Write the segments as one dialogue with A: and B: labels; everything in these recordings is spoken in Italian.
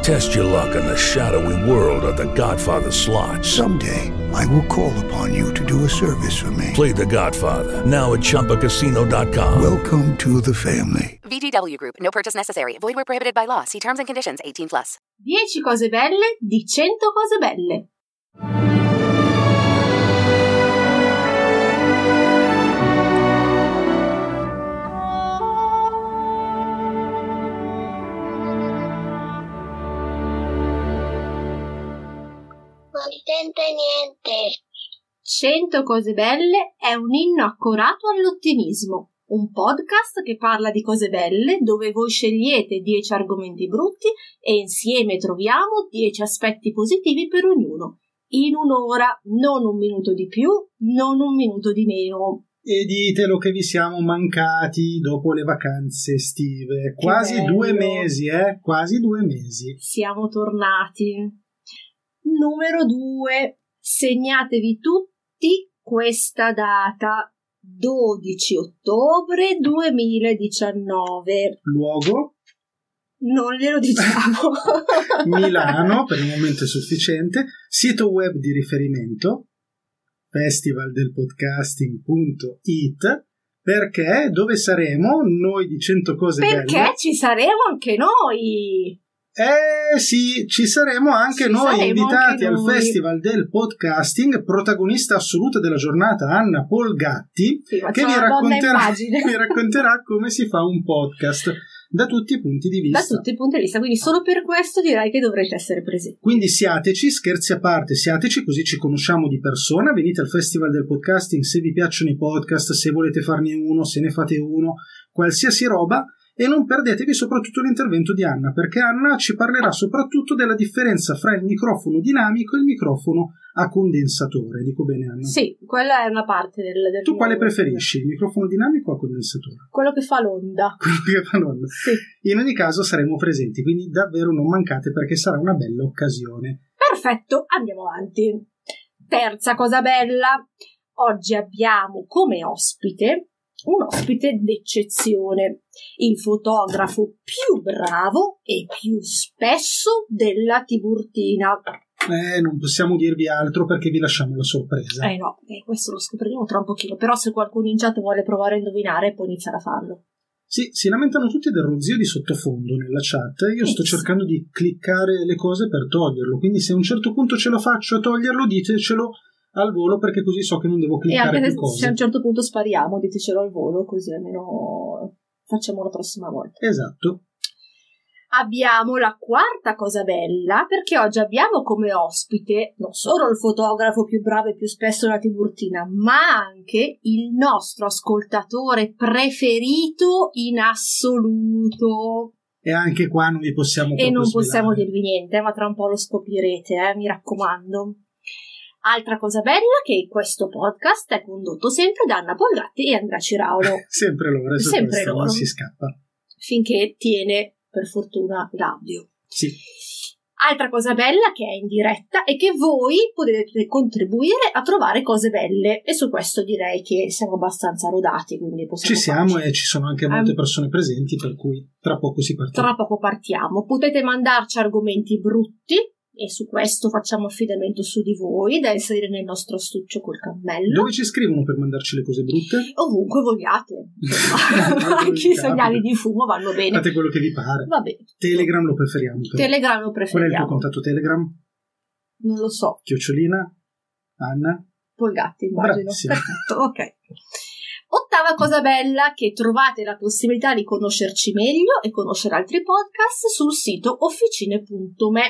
A: Test your luck in the shadowy world of The Godfather slot.
B: Someday, I will call upon you to do a service for me.
A: Play The Godfather now at ChumbaCasino.com.
B: Welcome to the family.
C: VGW Group, no purchase necessary. Void where prohibited by law. See terms and conditions 18 plus.
D: 10 cose belle di 100 cose belle.
E: contento e niente.
D: 100 cose belle è un inno accorato all'ottimismo, un podcast che parla di cose belle dove voi scegliete 10 argomenti brutti e insieme troviamo 10 aspetti positivi per ognuno, in un'ora, non un minuto di più, non un minuto di meno.
F: E ditelo che vi siamo mancati dopo le vacanze estive. Quasi
D: bello.
F: due mesi, eh? Quasi due mesi.
D: Siamo tornati. Numero 2. Segnatevi tutti questa data. 12 ottobre 2019.
F: Luogo,
D: Non glielo diciamo.
F: Milano, per il momento è sufficiente. Sito web di riferimento, festivaldelpodcasting.it, perché dove saremo noi di 100 cose
D: Perché
F: belle?
D: ci saremo anche noi.
F: Eh sì, ci saremo anche
D: Ci
F: noi
D: saremo
F: invitati
D: anche
F: al
D: noi.
F: Festival del Podcasting, protagonista assoluta della giornata Anna Polgatti,
D: Sì, ma
F: che
D: c'è
F: vi
D: una donna in
F: racconterà,
D: pagina.
F: vi racconterà come si fa un podcast da tutti i punti di
D: Da
F: vista.
D: tutti i punti di vista, quindi solo per questo direi che dovrete essere presenti.
F: Quindi siateci, scherzi a parte, siateci così ci conosciamo di persona, venite al Festival del Podcasting se vi piacciono i podcast, se volete farne uno, se ne fate uno, qualsiasi roba e non perdetevi soprattutto l'intervento di Anna perché Anna ci parlerà soprattutto della differenza fra il microfono dinamico e il microfono a condensatore. Dico bene Anna?
D: Sì, quella è una parte del, del
F: Mm. Tu quale
D: mio-
F: preferisci, il microfono dinamico o a condensatore?
D: Quello che fa l'onda.
F: Quello che fa Nonna.
D: Sì.
F: In ogni caso saremo presenti, quindi davvero non mancate perché sarà una bella occasione.
D: Perfetto, andiamo avanti. Terza cosa bella, oggi abbiamo come ospite un ospite d'eccezione, il fotografo più bravo e più spesso della Tiburtina.
F: Eh, non possiamo dirvi altro perché vi lasciamo la sorpresa.
D: Eh no, eh, questo lo scopriremo tra un pochino, però se qualcuno in chat vuole provare a indovinare può iniziare a farlo.
F: Sì, si lamentano tutti del ronzio di sottofondo nella chat. e Io
D: Eh,
F: sto
D: sì.
F: cercando di cliccare le cose per toglierlo. Quindi, se a un certo punto ce la faccio a toglierlo, ditecelo al volo perché così so che non devo
D: E
F: cliccare
D: anche
F: più
D: se- se a
F: cose.
D: un certo punto spariamo, ditecelo al volo, così almeno facciamo la prossima volta.
F: Esatto.
D: abbiamo la quarta cosa bella perché oggi abbiamo come ospite non solo il fotografo più bravo e più spesso della Tiburtina, ma anche il nostro ascoltatore preferito in assoluto.
F: E anche qua non vi possiamo
D: E
F: proprio
D: non
F: svelare.
D: possiamo dirvi niente, ma tra un po' lo scoprirete, eh, mi raccomando. Altra cosa bella che questo podcast è condotto sempre da Anna Polgatti e Andrea Ciraulo,
F: Sempre loro, su
D: Sempre
F: questo
D: loro.
F: non si scappa.
D: finché tiene per fortuna l'audio.
F: Sì.
D: Altra cosa bella che è in diretta è che voi potete contribuire a trovare cose belle e su questo direi che siamo abbastanza rodati, quindi
F: Ci
D: possiamo
F: siamo
D: farci.
F: e ci sono anche molte
D: Ehm.
F: persone presenti, per cui tra poco si parte.
D: Tra poco partiamo. Potete mandarci argomenti brutti e su questo facciamo affidamento su di voi da inserire nel nostro astuccio col cammello.
F: Dove ci scrivono per mandarci le cose brutte?
D: Ovunque vogliate.
F: Dove
D: Anche
F: vi
D: i
F: capita.
D: segnali di fumo vanno bene.
F: Fate quello che vi pare.
D: Va bene.
F: Telegram lo preferiamo. però.
D: Telegram lo
F: Qual è il tuo
D: preferiamo.
F: contatto Telegram?
D: Non lo so.
F: Chiocciolina? Anna?
D: Polgatti, immagino.
F: Bravissima.
D: Perfetto, ok. Ottava cosa bella che trovate la possibilità di conoscerci meglio e conoscere altri podcast sul sito officine.me.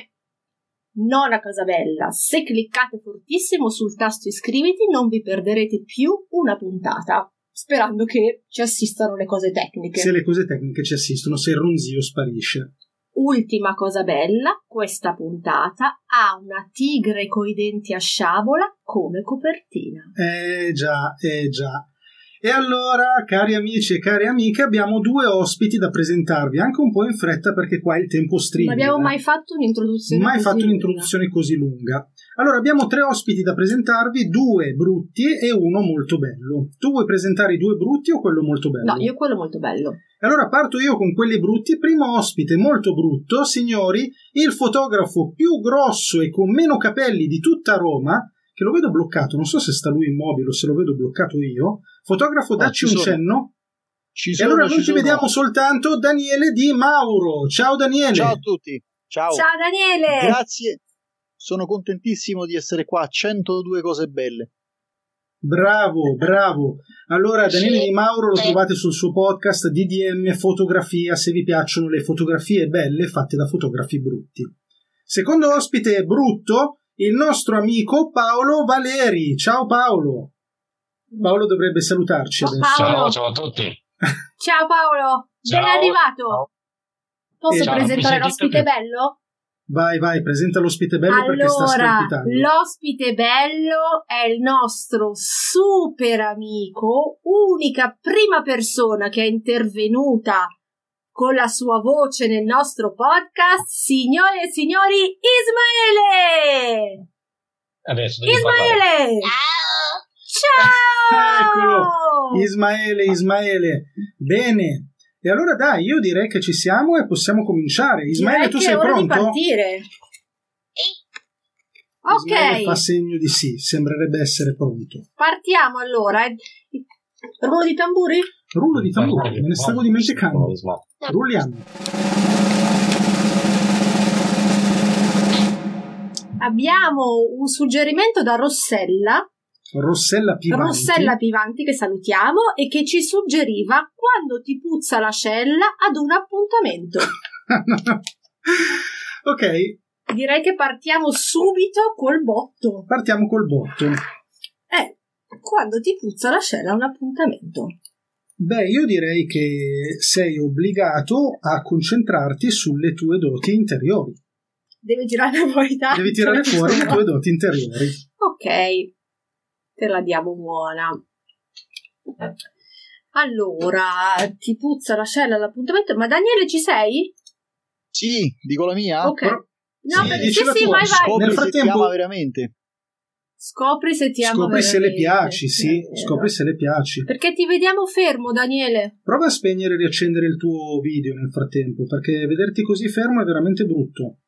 D: Nona cosa bella, se cliccate fortissimo sul tasto iscriviti non vi perderete più una puntata, sperando che ci assistano le cose tecniche.
F: Se le cose tecniche ci assistono, se il ronzio sparisce.
D: Ultima cosa bella, questa puntata ha una tigre coi denti a sciabola come copertina.
F: Eh già, eh già. E allora, cari amici e cari amiche, abbiamo due ospiti da presentarvi, anche un po' in fretta perché qua il tempo stringe.
D: Non abbiamo
F: eh.
D: mai fatto un'introduzione.
F: Mai
D: così
F: fatto
D: lunga.
F: un'introduzione così lunga. Allora, abbiamo tre ospiti da presentarvi, due brutti e uno molto bello. Tu vuoi presentare i due brutti o quello molto bello?
D: No, io quello molto bello.
F: E Allora parto io con quelli brutti. Primo ospite molto brutto, signori, il fotografo più grosso e con meno capelli di tutta Roma, che lo vedo bloccato, non so se sta lui immobile o se lo vedo bloccato io. Fotografo, dacci
G: Ah, ci
F: un
G: sono.
F: cenno.
G: Ci
F: E
G: sono,
F: allora
G: ci
F: noi ci
G: sono.
F: vediamo soltanto Daniele Di Mauro. Ciao Daniele.
G: Ciao a tutti. Ciao.
D: Ciao Daniele!
G: Grazie. Sono contentissimo di essere qua. 102 cose belle.
F: Bravo, bravo. Allora, Daniele
E: Sì.
F: Di Mauro lo
E: Sì.
F: trovate sul suo podcast DDM Fotografia se vi piacciono le fotografie belle fatte da fotografi brutti. Secondo ospite brutto, il nostro amico Paolo Valeri. Ciao Paolo. Paolo dovrebbe salutarci
D: Ciao,
F: adesso.
D: Paolo.
H: Ciao, ciao a tutti.
D: Ciao Paolo!
H: Ciao.
D: Ben arrivato!
H: Ciao.
D: Posso
F: Ciao,
D: presentare
H: mi sentite
D: l'ospite
H: più?
D: bello?
F: Vai, vai, presenta l'ospite bello perché sta
D: allora,
F: strepitando.
D: l'ospite bello è il nostro super amico, unica prima persona che è intervenuta con la sua voce nel nostro podcast, signore e signori, Ismaele!
H: Adesso devi parlare.
D: Ismaele!
E: Ciao.
D: Ciao!
F: Ismaele, Ismaele. Bene. E allora dai, io direi che ci siamo e possiamo cominciare. Ismaele,
D: Direi
F: tu
D: che
F: sei
D: è ora
F: pronto?
D: di partire.
F: Ismaele fa
D: Ok,
F: segno di sì, sembrerebbe essere pronto.
D: partiamo allora. eh. Ruolo di tamburi?
F: Rullo di tamburo, me ne stavo dimenticando.
H: Isma.
F: Rulliamo.
D: Abbiamo un suggerimento da Rossella,
F: Rossella Pivanti.
D: Rossella Pivanti che salutiamo e che ci suggeriva quando ti puzza l'ascella ad un appuntamento.
F: ok,
D: Direi che partiamo subito col botto.
F: partiamo col botto.
D: Eh, quando ti puzza l'ascella ad un appuntamento.
F: Beh, io direi che sei obbligato a concentrarti sulle tue doti interiori.
D: Deve tirare fuori tanto.
F: Devi tirare
D: certo.
F: fuori le tue doti interiori.
D: Ok, te la diamo buona. Allora, ti puzza l'ascella all'appuntamento, ma Daniele ci sei?
G: Sì, dico la mia.
D: ok.
F: però-
D: Oh, No,
F: sì,
D: perché-
F: dici
D: sì,
F: la
D: sì,
F: tua,
D: vai, vai.
G: Scopri
F: Nel
G: se ti
F: frattempo-
G: ama veramente.
D: Scopri se ti ama
F: Scopri se le
D: veramente.
F: piaci, sì,
D: Eh,
F: scopri se le piaci.
D: Perché ti vediamo fermo, Daniele.
F: Prova a spegnere e riaccendere il tuo video nel frattempo, perché vederti così fermo è veramente brutto.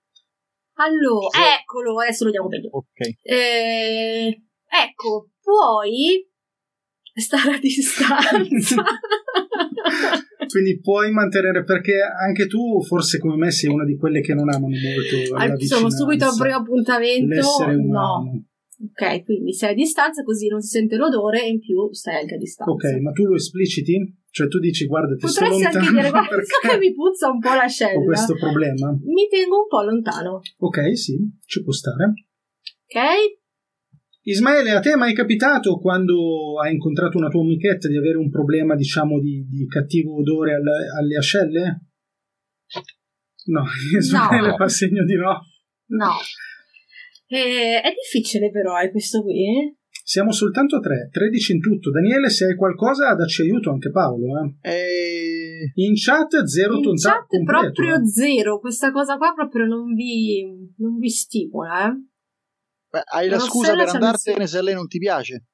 D: Allora,
G: Sì.
D: eccolo, adesso lo vediamo meglio.
G: Ok.
D: Eh, ecco, puoi stare a distanza.
F: Quindi puoi mantenere, perché anche tu, forse come me, sei una di quelle che non amano molto la
D: Al- Sono
F: vicinanza,
D: subito al primo appuntamento.
F: l'essere
D: Oh, No,
F: umano.
D: Ok, quindi sei a distanza così non si sente l'odore e in più stai anche a distanza.
F: Ok, ma tu lo espliciti? Cioè tu dici, guarda, ti sto
D: Potresti anche
F: lontano
D: dire, guarda,
F: perché
D: so che mi puzza un po' la
F: ho
D: scella.
F: questo problema.
D: Mi tengo un po' lontano,
F: Ok, sì, ci può stare.
D: ok?
F: Ismaele, a te è mai capitato quando hai incontrato una tua amichetta di avere un problema, diciamo, di, di cattivo odore al- alle ascelle? No, Ismaele fa segno di no.
D: No. Eh, è difficile però, è questo qui. eh?
F: Siamo soltanto a tre, 13 in tutto. Daniele, se hai qualcosa, dacci aiuto anche Paolo. eh.
G: Eh,
F: In chat, zero
D: In
F: tontà
D: chat
F: completo, eh.
D: proprio zero, questa cosa qua proprio non vi, non vi stimola, eh?
G: beh, hai la
D: Non
G: scusa
D: se la
G: per
D: sa-
G: andartene se a lei non ti piace.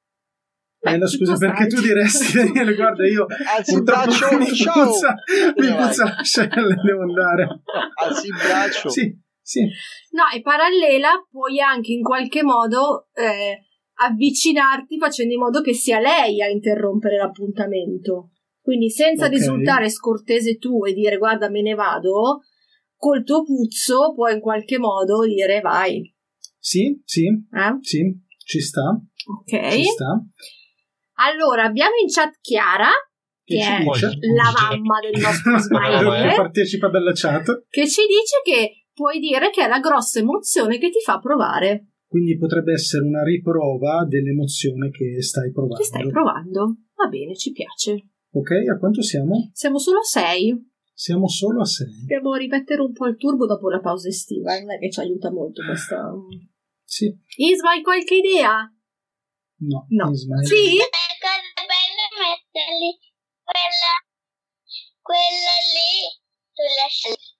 D: Beh,
F: Eh, no, scusa,
D: tutto
F: perché
D: sta-
F: tu diresti, Daniele, guarda, io
G: Alzi il
F: purtroppo
G: braccio.
F: mi
G: ciao.
F: puzza, mi puzza le ascelle, devo andare.
G: Alzi il braccio.
F: Sì, sì.
D: No, e parallela puoi anche in qualche modo eh, avvicinarti facendo in modo che sia lei a interrompere l'appuntamento. Quindi senza
F: Ok.
D: risultare scortese tu e dire guarda me ne vado, col tuo puzzo puoi in qualche modo dire vai.
F: Sì, sì,
D: eh?
F: sì, ci sta,
D: Ok.
F: ci sta.
D: Allora abbiamo in chat Chiara, che
F: Che
H: Eh,
F: ci
D: è
F: dice?
D: Eh, la mamma del nostro
F: Che
D: Smiley,
F: partecipa dalla chat,
D: che ci dice che puoi dire che è la grossa emozione che ti fa provare.
F: quindi potrebbe essere una riprova dell'emozione che stai provando.
D: Che stai provando? Va bene, ci piace.
F: ok, a quanto siamo?
D: Siamo solo a 6.
F: Siamo solo a 6.
D: Dobbiamo rimettere un po' il turbo dopo la pausa estiva. eh, Non è che ci aiuta molto questa.
F: Sì, Eh,
D: Isma, hai qualche idea?
F: no,
D: No.
F: Ismaele.
D: Sì?
E: Per cose belle quella, quella lì sulla scia.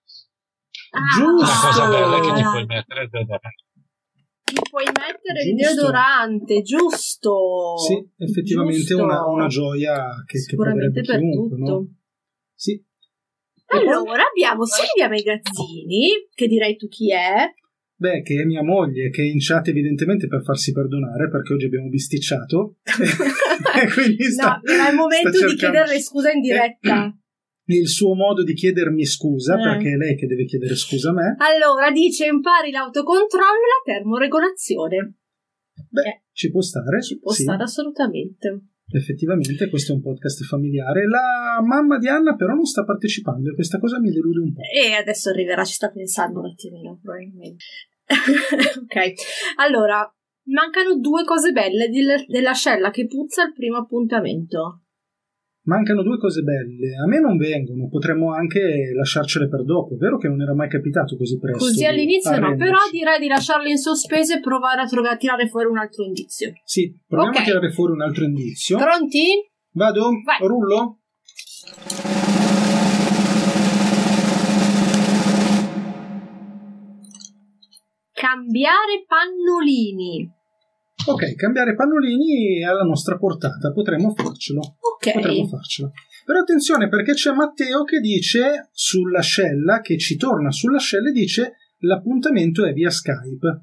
H: La
F: Giusto!
H: cosa bella è che ti
D: Ah.
H: puoi mettere il deodorante.
D: Ti puoi mettere il
F: Giusto.
D: deodorante, giusto?
F: Sì, effettivamente è
D: Giusto.
F: una, una gioia che, che
D: Sicuramente
F: proverebbe
D: per
F: chiunque,
D: tutto.
F: no? Sì.
D: Allora abbiamo Silvia Megazzini, che direi tu chi è,
F: Beh, che è mia moglie, che è in chat evidentemente per farsi perdonare, perché oggi abbiamo bisticciato. e Eh, quindi sta,
D: no, era il momento
F: sta
D: di
F: cercando- Eh.
D: chiederle scusa in diretta.
F: Il suo modo di chiedermi scusa,
D: Eh. Ah.
F: perché è lei che deve chiedere scusa a me.
D: Allora dice impari l'autocontrollo e la termoregolazione.
F: Beh,
D: Eh.
F: ci può stare.
D: Ci può
F: sì.
D: stare assolutamente.
F: Effettivamente, questo è un podcast familiare. La mamma di Anna, però, non sta partecipando e questa cosa mi delude un po'.
D: E adesso arriverà, ci sta pensando un attimino, probabilmente. ok, allora, mancano due cose belle del- dell'ascella che puzza al primo appuntamento.
F: Mancano due cose belle. A me non vengono, potremmo anche lasciarcele per dopo. È vero che non era mai capitato così presto.
D: Così
F: di
D: all'inizio no,
F: arrenderci.
D: però direi di lasciarle in sospeso e provare a trova- tirare fuori un altro indizio.
F: Sì, proviamo
D: Ok.
F: a tirare fuori un altro indizio.
D: Pronti?
F: Vado?
D: Vai.
F: Rullo?
D: Cambiare pannolini.
F: Ok, cambiare pannolini è alla nostra portata, potremmo farcelo.
D: Ok.
F: Potremmo farcela. Però attenzione perché c'è Matteo che dice sull'ascella, che ci torna sull'ascella e dice l'appuntamento è via Skype.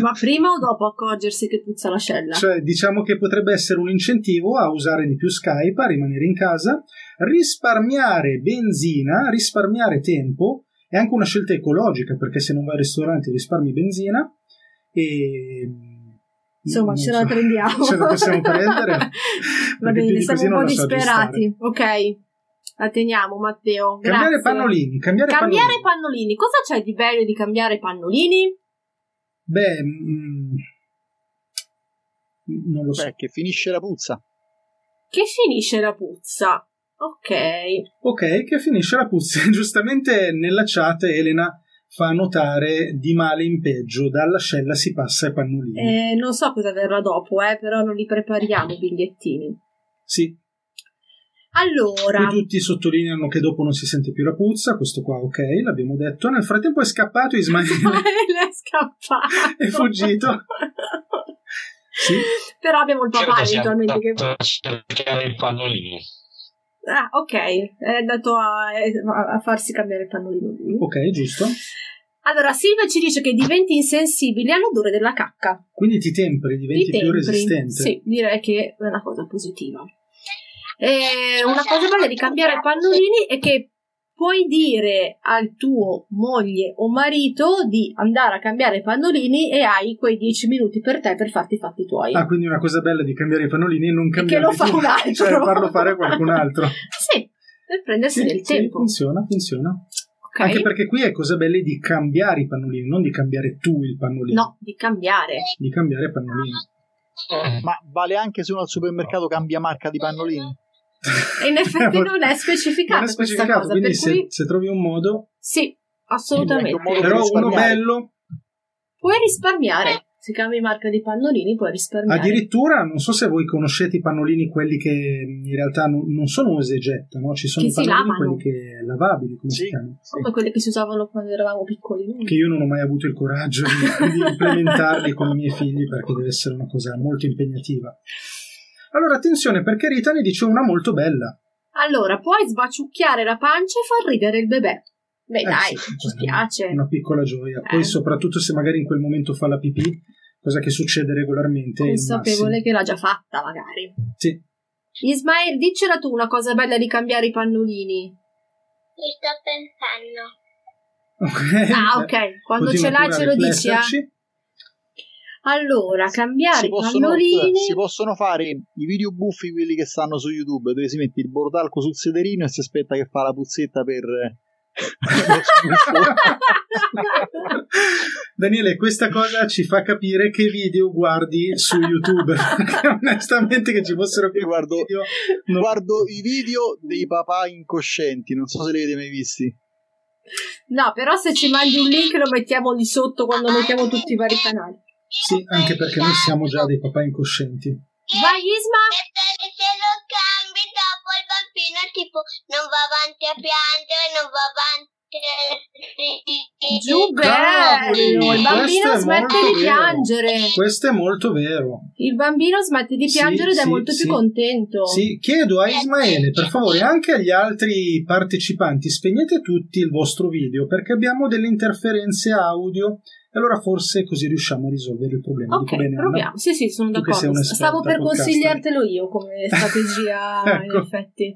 D: Ma prima o dopo accorgersi che puzza l'ascella?
F: Cioè diciamo che potrebbe essere un incentivo a usare di più Skype, a rimanere in casa, risparmiare benzina, risparmiare tempo, è anche una scelta ecologica perché se non vai al ristorante risparmi benzina e... mm,
D: Insomma,
F: non
D: ce
F: so.
D: la prendiamo.
F: ce la possiamo prendere?
D: Va
F: Perché più
D: bene,
F: di
D: siamo
F: così
D: un po'
F: non la so
D: disperati. Ok, la teniamo, Matteo.
F: Cambiare
D: grazie.
F: pannolini, cambiare,
D: Cambiare
F: pannolini.
D: pannolini. Cosa c'è di bello di cambiare pannolini?
F: Beh, mm, non lo so.
G: Beh, che finisce la puzza.
D: Che finisce la puzza. Ok.
F: Mm. Ok, che finisce la puzza. Giustamente nella chat Elena fa notare di male in peggio, dall'ascella si passa ai pannolini.
D: Eh, non so cosa verrà dopo, eh, però non li prepariamo i bigliettini.
F: Sì,
D: Allora,
F: qui tutti sottolineano che dopo non si sente più la puzza, questo qua ok, l'abbiamo detto. Nel frattempo è scappato Ismaele,
D: è scappato.
F: è fuggito. Sì.
D: Però abbiamo il papà
H: Certo, siamo
D: eventualmente che...
H: andato a cercare i pannolini.
D: Ah, ok, è andato a, eh, a farsi cambiare il pannolino lui.
F: ok, giusto.
D: Allora, Silvia ci dice che diventi insensibile all'odore della cacca.
F: Quindi ti temperi, diventi
D: Ti
F: più
D: tempri.
F: resistente.
D: Sì, direi che è una cosa positiva. E una cosa bella di cambiare pannolini è che puoi dire al tuo moglie o marito di andare a cambiare i pannolini e hai quei 10 minuti per te per farti i fatti tuoi.
F: Ah, quindi una cosa bella di cambiare i pannolini e non
D: E che
F: cambiare
D: lo fa un altro.
F: cioè farlo fare a qualcun altro.
D: sì, per prendersi
F: Sì,
D: del
F: sì,
D: tempo.
F: funziona, funziona.
D: Ok?
F: Anche perché qui è cosa bella di cambiare i pannolini, non di cambiare tu il pannolino.
D: No, di cambiare.
F: Di cambiare pannolini.
G: Ma vale anche se uno al supermercato cambia marca di pannolini?
D: E in effetti non è
F: Non
D: specificata
F: è
D: questa
F: specificato,
D: cosa, per
F: quindi
D: cui
F: se, se trovi un modo,
D: sì, assolutamente.
G: Quindi anche un modo
F: però uno
G: risparmiare.
F: bello,
D: Puoi risparmiare. Se cambi marca di pannolini puoi risparmiare.
F: addirittura non so se voi conoscete i pannolini, quelli che in realtà non, non sono usa e getta, no? ci sono
D: Che
F: i
D: si
F: pannolini
D: lavano.
F: quelli che lavabili, come
G: Sì.
F: si chiamano?
D: Come quelle che si usavano quando eravamo piccoli. noi.
F: Che io non ho mai avuto il coraggio di, di implementarli con i miei figli perché deve essere una cosa molto impegnativa. Allora, attenzione perché Rita ne dice una molto bella.
D: Allora, puoi sbaciucchiare la pancia e far ridere il bebè. Beh,
F: Eh,
D: dai,
F: sì,
D: ci
F: quella-
D: piace.
F: Una piccola gioia.
D: Eh.
F: Poi, soprattutto se magari in quel momento fa la pipì, cosa che succede regolarmente. è il
D: Consapevole
F: massimo.
D: che l'ha già fatta, magari.
F: Sì.
D: Ismael, diccela tu una cosa bella di cambiare i pannolini.
E: Ci sto pensando.
F: Ok.
D: Ah, ok. Quando ce l'hai ce lo dici. eh.
F: dici.
D: Allora, cambiare
G: Si
D: i
G: possono,
D: pannolini.
G: si possono fare i video buffi quelli che stanno su YouTube dove si mette il bordalco sul sederino e si aspetta che fa la puzzetta per
F: Daniele, questa cosa ci fa capire che video guardi su YouTube. Perché onestamente, che ci fossero più
G: Io guardo-
F: video. non-
G: guardo i video dei papà incoscienti non so se li avete mai visti
D: No, però se ci mandi un link lo mettiamo lì
G: Ah,
D: sotto quando mettiamo tutti i vari canali.
F: Sì, anche perché noi siamo già dei papà incoscienti.
D: Vai Isma!
E: Perché se lo cambi dopo il bambino tipo non va avanti a piangere, non va avanti a...
D: Giù bello! Il
F: Questo
D: bambino
F: è
D: smette
F: molto
D: di
F: vero.
D: piangere.
F: Questo è molto vero.
D: Il bambino smette di
F: Sì,
D: piangere ed è
F: sì,
D: molto
F: sì.
D: più contento.
F: Sì, chiedo
D: Eh,
F: a Ismaele, per favore, e anche agli altri partecipanti, spegnete tutti il vostro video perché abbiamo delle interferenze audio e allora forse così riusciamo a risolvere il problema.
D: Ok,
F: Dico bene, Anna?
D: proviamo. Sì, sì, sono
F: Tu che sei
D: d'accordo.
F: un'esperta
D: Stavo per
F: podcaster.
D: consigliartelo io come strategia,
F: Ecco.
D: in effetti.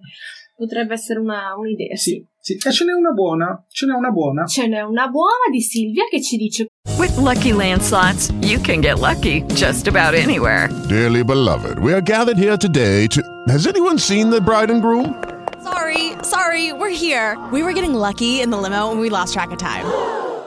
D: Potrebbe essere una, un'idea,
F: Sì, sì. E ce n'è una buona, ce n'è una buona.
D: Ce n'è una buona di Silvia che ci dice
I: With Lucky Land slots, you can get lucky just about anywhere.
J: Dearly beloved, we are gathered here today to. Has anyone seen the bride and groom?
K: Sorry, sorry, we're here. We were getting lucky in the limo and we lost track of time.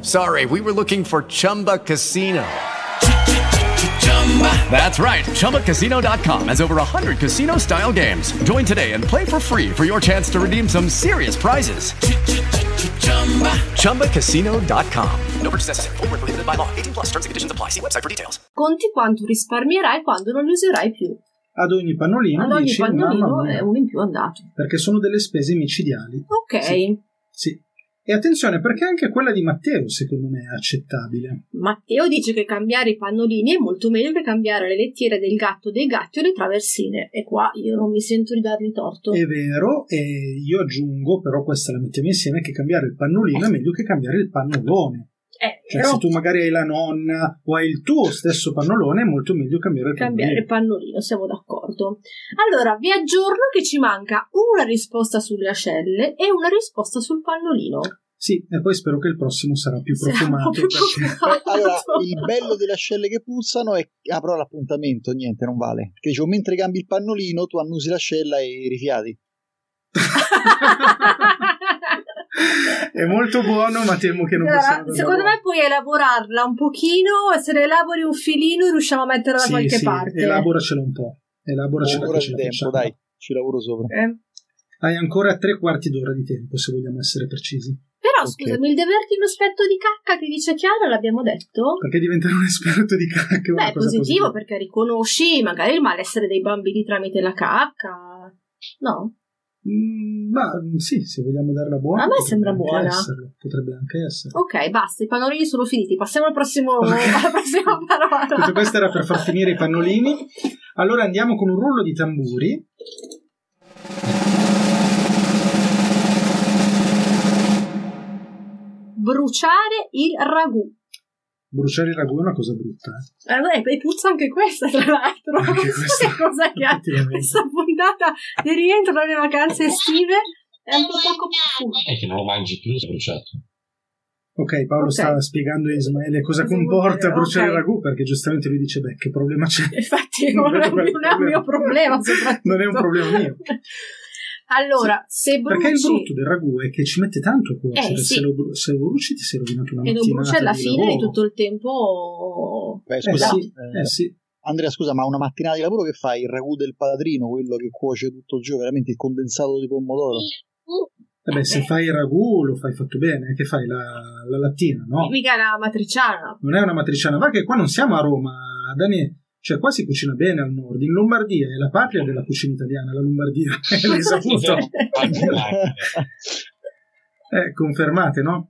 L: sorry, we were looking for Chumba Casino. That's right, ChumbaCasino.com has over 100 casino style games. Join today and play for free for your chance to redeem some serious prizes. ChumbaCasino.com. No purchase necessary, Void where prohibited by law, 18 plus terms and conditions apply. See website for details.
D: conti quanto risparmierai quando non li userai più.
F: Ad ogni pannolino
D: Ad ogni
F: dici,
D: pannolino
F: mamma mia,
D: è uno in più andato.
F: perché sono delle spese micidiali.
D: Ok,
F: Sì. Sì. E attenzione, perché anche quella di Matteo, secondo me, è accettabile.
D: Matteo dice che cambiare i pannolini è molto meglio che cambiare le lettiere del gatto dei gatti o le traversine. E qua io non mi sento di dargli torto.
F: È vero, e io aggiungo, però questa la mettiamo insieme, che cambiare il pannolino è meglio che cambiare il pannolone.
D: Eh,
F: Cioè,
D: però
F: se tu magari hai la nonna o hai il tuo stesso pannolone, è molto meglio cambiare il
D: cambiare
F: pannolino.
D: pannolino, siamo d'accordo. Allora, vi aggiorno che ci manca una risposta sulle ascelle e una risposta sul pannolino.
F: Sì, e poi spero che il prossimo sarà più
D: Sarà
F: profumato.
D: proprio
F: perché-
G: Beh, allora,
D: profumato.
G: il bello delle ascelle che puzzano è che avrò l'appuntamento, niente, non vale. Perché dicevo, mentre cambi il pannolino, tu annusi l'ascella e rifiati.
F: è molto buono, ma temo che non
D: Allora,
F: possiamo darla
D: secondo
F: buona.
D: me puoi elaborarla un pochino e se ne elabori un filino riusciamo a metterla da
F: Sì,
D: qualche
F: sì,
D: parte.
F: elaboracelo un po'. Elaboracelo
G: Ancora
F: che ce
G: di
F: la
G: tempo,
F: facciamo.
G: dai, ci lavoro sopra.
D: Eh.
F: Hai ancora tre quarti d'ora di tempo, se vogliamo essere precisi.
D: Però
G: Ok.
D: scusami, il deverti lo spetto di cacca che dice Chiara l'abbiamo detto?
F: Perché diventare un esperto di cacca è una
D: Beh, è positivo,
F: cosa positiva.
D: perché riconosci magari il malessere dei bambini tramite la cacca. No?
F: Mm, ma mm, sì, se vogliamo darla buona.
D: A me
F: potrebbe
D: sembra
F: anche
D: buona.
F: esserlo, potrebbe anche essere.
D: Ok, basta, i pannolini sono finiti. Passiamo al prossimo,
F: Ok.
D: alla prossima parola.
F: Tutto questo era per far finire i pannolini. Allora andiamo con un rullo di tamburi.
D: Bruciare il ragù.
F: Bruciare il ragù è una cosa brutta. eh.
D: Eh, beh, e puzza anche questa, tra l'altro.
F: Anche
D: Non so
F: questa,
D: che cosa che ha
F: effettivamente.
D: questa puntata di rientro dalle vacanze estive. È un po' poco profumo.
H: È che non lo mangi più, sei bruciato.
F: Ok, Paolo
D: Ok.
F: sta spiegando a Ismaele cosa
D: Cosa vuol
F: comporta
D: dire,
F: bruciare
D: ok.
F: il ragù, perché giustamente lui dice, beh, che problema c'è?
D: Infatti, non, è,
F: vedo quel
D: non è un mio problema, soprattutto.
F: Non è un problema mio.
D: Allora, se bruci
F: Perché il brutto del ragù è che ci mette tanto a cuocere.
D: Eh, sì.
F: se, lo bru- se lo bruci ti sei rovinato una
D: e non
F: mattinata
D: brucia alla
F: di
D: fine di
F: lavoro.
D: tutto il tempo.
G: Beh,
F: Eh
G: scusa,
F: sì,
G: eh,
F: eh sì.
G: Andrea, scusa, ma una mattinata di lavoro che fai? Il ragù del padrino, quello che cuoce tutto il giorno, veramente il condensato di pomodoro.
F: Vabbè, Eh
D: Eh.
F: se fai il ragù lo fai fatto bene, eh, che fai la, la lattina, no?
D: Mica la matriciana.
F: Non è una matriciana, va che qua non siamo a Roma, Dani, cioè qua si cucina bene al nord, in Lombardia è la patria della cucina italiana, la Lombardia, Eh, l'hai saputo? Eh, confermate, no?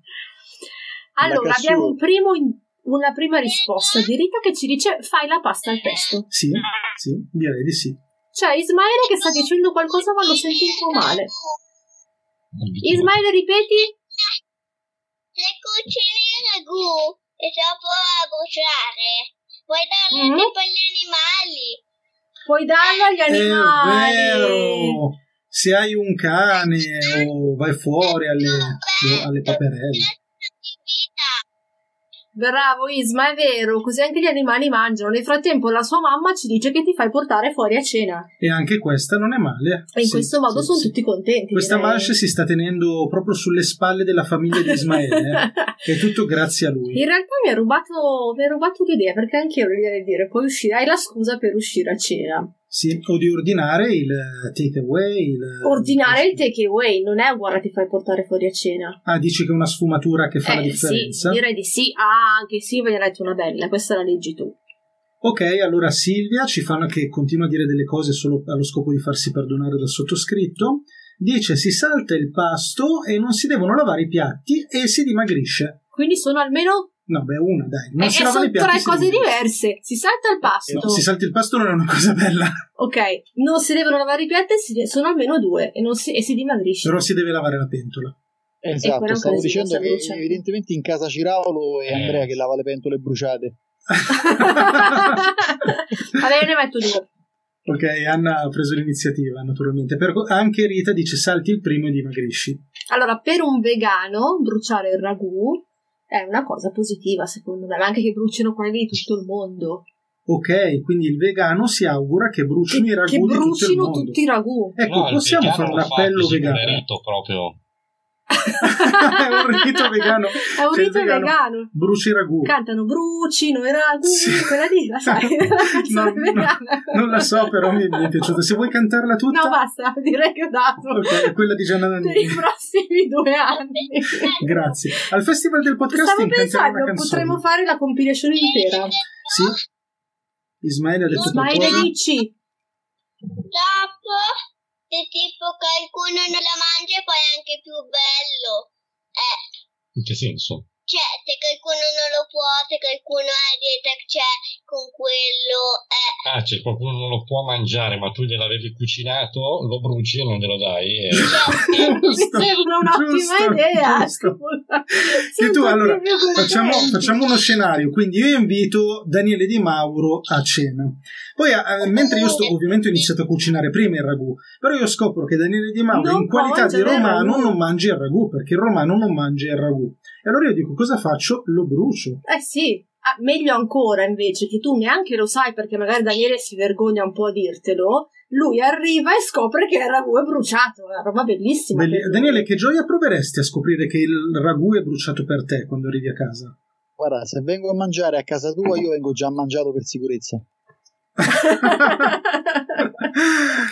D: Allora,
G: La cashew.
D: abbiamo un primo in- una prima risposta di Rita che ci dice fai la pasta al pesto.
F: Sì, sì, direi di sì.
D: Cioè, Ismaele che sta dicendo qualcosa ma lo senti un po' male. Ismaele, ripeti?
E: Le cucini in ragù e dopo a bruciare. Vuoi darle
D: Mhm.
E: tempo agli animali?
D: Puoi darla agli animali.
F: È vero! Se hai un cane boh, o vai fuori alle, alle paperelle.
E: Di vita.
D: Bravo Isma, è vero, così anche gli animali mangiano. Nel frattempo la sua mamma ci dice che ti fai portare fuori a cena.
F: E anche questa non è male.
D: E in
F: Sì,
D: questo modo
F: sì,
D: sono
F: sì.
D: tutti contenti.
F: Questa
D: direi.
F: manche si sta tenendo proprio sulle spalle della famiglia di Ismaele. eh. È tutto grazie a lui.
D: In realtà mi ha rubato, mi ha rubato l'idea perché anche io vorrei dire puoi uscire, hai la scusa per uscire a cena.
F: Sì, o di ordinare il takeaway. Il... eh,
D: Ordinare il takeaway non è uguale a ti fai portare fuori a cena.
F: Ah, dici che è una sfumatura che fa la
D: eh, sì,
F: differenza.
D: direi di sì. Ah, anche sì, ve ne ho detto una bella, questa la leggi tu.
F: Ok, allora Silvia ci fa che continua a dire delle cose solo allo scopo di farsi perdonare dal sottoscritto. Dice si salta il pasto e non si devono lavare i piatti e si dimagrisce.
D: Quindi sono almeno
F: No, beh, una dai. Non
D: eh,
F: si
D: eh,
F: lavano
D: sono
F: i piatti.
D: tre
F: si Eh,
D: cose
F: dimagrisce.
D: diverse. Si salta il pasto.
F: No, si salta il pasto non è una cosa bella,
D: Ok, non si devono lavare i piatti, si- sono almeno due e, non si, e si dimagrisce.
F: però si deve lavare la pentola.
D: quella è
G: Esatto,
D: un
G: stavo
D: casino,
G: dicendo
D: stavo
G: che
D: dicendo.
G: evidentemente in casa Ciraulo
F: Eh.
G: è Andrea che lava le pentole bruciate.
D: Vabbè, io ne metto due.
F: Ok, Anna ha preso l'iniziativa, naturalmente. Per- anche Rita dice salti il primo e dimagrisci.
D: Allora, per un vegano, bruciare il ragù è una cosa positiva, secondo me, ma anche che bruciano quelli di tutto il mondo.
F: Ok, quindi il vegano si augura che brucino i ragù
D: che
F: di tutto il
D: brucino
F: mondo.
D: tutti i ragù.
F: Ecco,
H: il
F: possiamo
H: vegano
F: fare
H: lo
F: un
H: fa
F: appello
H: così
F: vegano.
H: per rito proprio.
F: è un rito vegano.
D: È un
F: Cioè, il
D: rito vegano.
F: Bruci i ragù.
D: Cantano brucino i ragù, quella lì, la sai, la canzone
F: Non-
D: vegana.
F: Non la so, però mi, mi è piaciuta. Se vuoi cantarla tutta,
D: No, basta, direi che ho dato
F: ok, quella di Gianna
D: per i
F: Nannini.
D: prossimi due anni.
F: Grazie. Al Festival del Podcast
D: Stavo
F: canterà una
D: pensando,
F: canzone.
D: potremmo fare la compilation intera.
F: Sì? Ismaele ha detto
D: Ismaele
F: qualcosa?
D: dici,
E: Dopo, se tipo qualcuno non la mangia, poi è anche più bello. Eh,
H: In che senso?
E: cioè, se qualcuno non lo può, se qualcuno è dieta, cioè, con quello, eh,
H: Ah, cioè qualcuno non lo può mangiare, ma tu gliel'avevi cucinato, lo bruci e non glielo dai. e-
D: mi sembra un'ottima
F: giusto,
D: idea.
F: giusto. Che
D: Sono
F: tu,
D: tutti
F: allora,
D: miei
F: facciamo,
D: contenti.
F: facciamo uno scenario. Quindi io invito Daniele Di Mauro a cena. Poi, eh, mentre io sto, ovviamente ho iniziato a cucinare prima il ragù, però io scopro che Daniele Di Mauro,
D: Non
F: in qualità
D: mangia
F: di
D: del
F: romano,
D: ragù.
F: non mangia il ragù, perché il romano non mangia il ragù. E allora io dico, cosa faccio? Lo brucio.
D: Eh sì, Ah, meglio ancora invece che tu neanche lo sai perché magari Daniele si vergogna un po' a dirtelo. Lui arriva e scopre che il ragù è bruciato, una roba bellissima.
F: Belli-
D: per lui.
F: Daniele, che gioia proveresti a scoprire che il ragù è bruciato per te quando arrivi a casa?
G: Guarda, se vengo a mangiare a casa tua, io vengo già mangiato per sicurezza.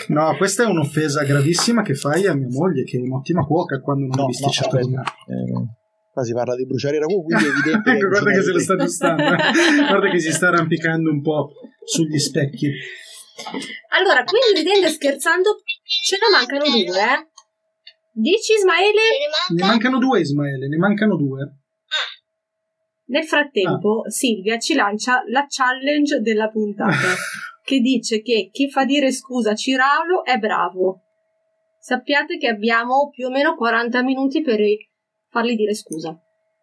F: No, questa è un'offesa gravissima che fai a mia moglie, che è un'ottima cuoca quando non
G: No,
F: ha
G: no,
F: bisticciato
G: vabbè,
F: con me.
G: eh, qua si parla di bruciare i ragù, quindi è evidente
F: Ecco, guarda che se lo sta
G: bruciare-
F: aggiustando, eh. guarda che si sta arrampicando un po' sugli specchi.
D: Allora, quindi ridendo e scherzando, ce ne mancano due. eh. Dici Ismaele?
F: Ne mancano due, Ismaele, ne mancano due.
D: Nel frattempo, Silvia ci lancia la challenge della puntata, che dice che chi fa dire scusa a Ciraulo è bravo. Sappiate che abbiamo più o meno 40 minuti per fargli dire scusa.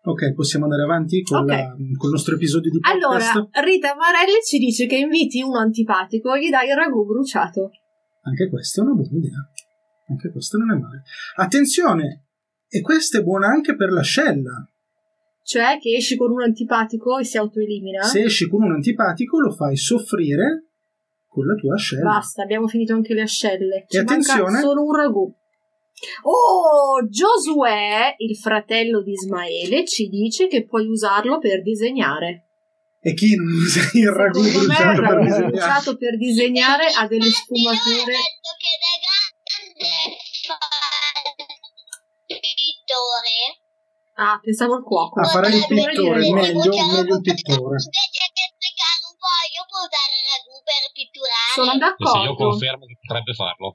F: Ok, possiamo andare avanti con,
D: Ok.
F: la- con il nostro episodio di
D: Allora,
F: podcast.
D: Rita Marelli ci dice che inviti uno antipatico e gli dai il ragù bruciato.
F: Anche questa è una buona idea. Anche questa non è male. Attenzione! E questa è buona anche per l'ascella.
D: Cioè che esci con un antipatico e si autoelimina.
F: Se esci con un antipatico, lo fai soffrire con la tua ascella.
D: Basta, abbiamo finito anche le ascelle. Ci
F: E attenzione-
D: manca solo un ragù. Oh, Giosuè, il fratello di Ismaele, ci dice che puoi usarlo per disegnare.
F: E chi non usa il ragù
D: Secondo me, il
F: bruciato per
D: ragù
F: disegnare?
D: bruciato per disegnare ha delle sfumature.
E: pittore.
D: Ah, pensavo al cuoco.
F: Ah, farai il
E: Potrebbe
F: pittore,
E: dire-
F: meglio,
E: potrebbe-
F: meglio il pittore.
E: Invece che spiegare un po', io può usare il ragù per pitturare.
D: Sono
H: Sì, sì, io
D: d'accordo.
H: confermo che potrebbe farlo.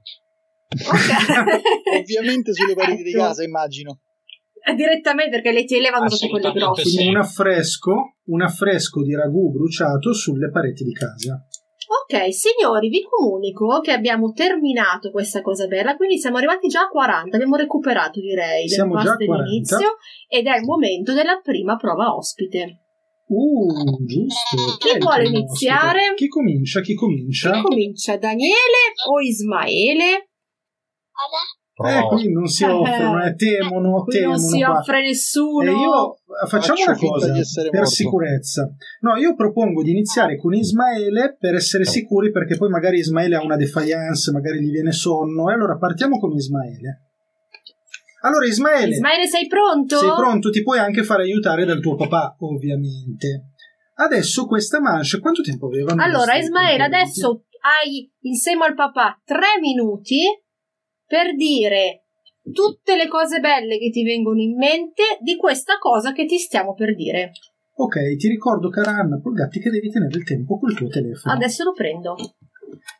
G: Ovviamente sulle pareti di casa, immagino.
D: Eh, Ecco. Direttamente perché le tele vanno tutte quelle
H: Assolutamente
D: grosse.
H: Ah, sì.
F: un affresco, un affresco di ragù bruciato sulle pareti di casa.
D: Ok, signori, vi comunico che abbiamo terminato questa cosa bella, quindi siamo arrivati già a 40, abbiamo recuperato direi
F: Siamo
D: del
F: già
D: pass
F: a 40.
D: dell'inizio ed è il momento della prima prova ospite.
F: Uh, giusto.
D: Eh, Chi
F: è il
D: vuole
F: primo
D: iniziare?
F: ospite? Chi comincia? Chi comincia?
D: Comincia Daniele o Ismaele?
E: Guarda,
F: Eh, qui non si offrono, eh, temono,
D: Qui
F: temono.
D: non si
F: qua.
D: offre nessuno.
F: E Eh, io facciamo
G: Faccio
F: una
G: finta
F: cosa
G: di essere
F: per
G: morto.
F: sicurezza. No, io propongo di iniziare con Ismaele per essere sicuri, perché poi magari Ismaele ha una defiance, magari gli viene sonno. E allora partiamo con Ismaele. Allora, Ismaele,
D: Ismaele, sei pronto?
F: sei pronto? Ti puoi anche far aiutare dal tuo papà, ovviamente. Adesso questa manche, quanto tempo avevano?
D: Allora,
F: questi
D: Ismaele,
F: interventi?
D: adesso hai insieme al papà tre minuti per dire tutte le cose belle che ti vengono in mente di questa cosa che ti stiamo per dire.
F: Ok, ti ricordo, cara Anna Polgatti, che devi tenere il tempo col tuo telefono.
D: Adesso lo prendo.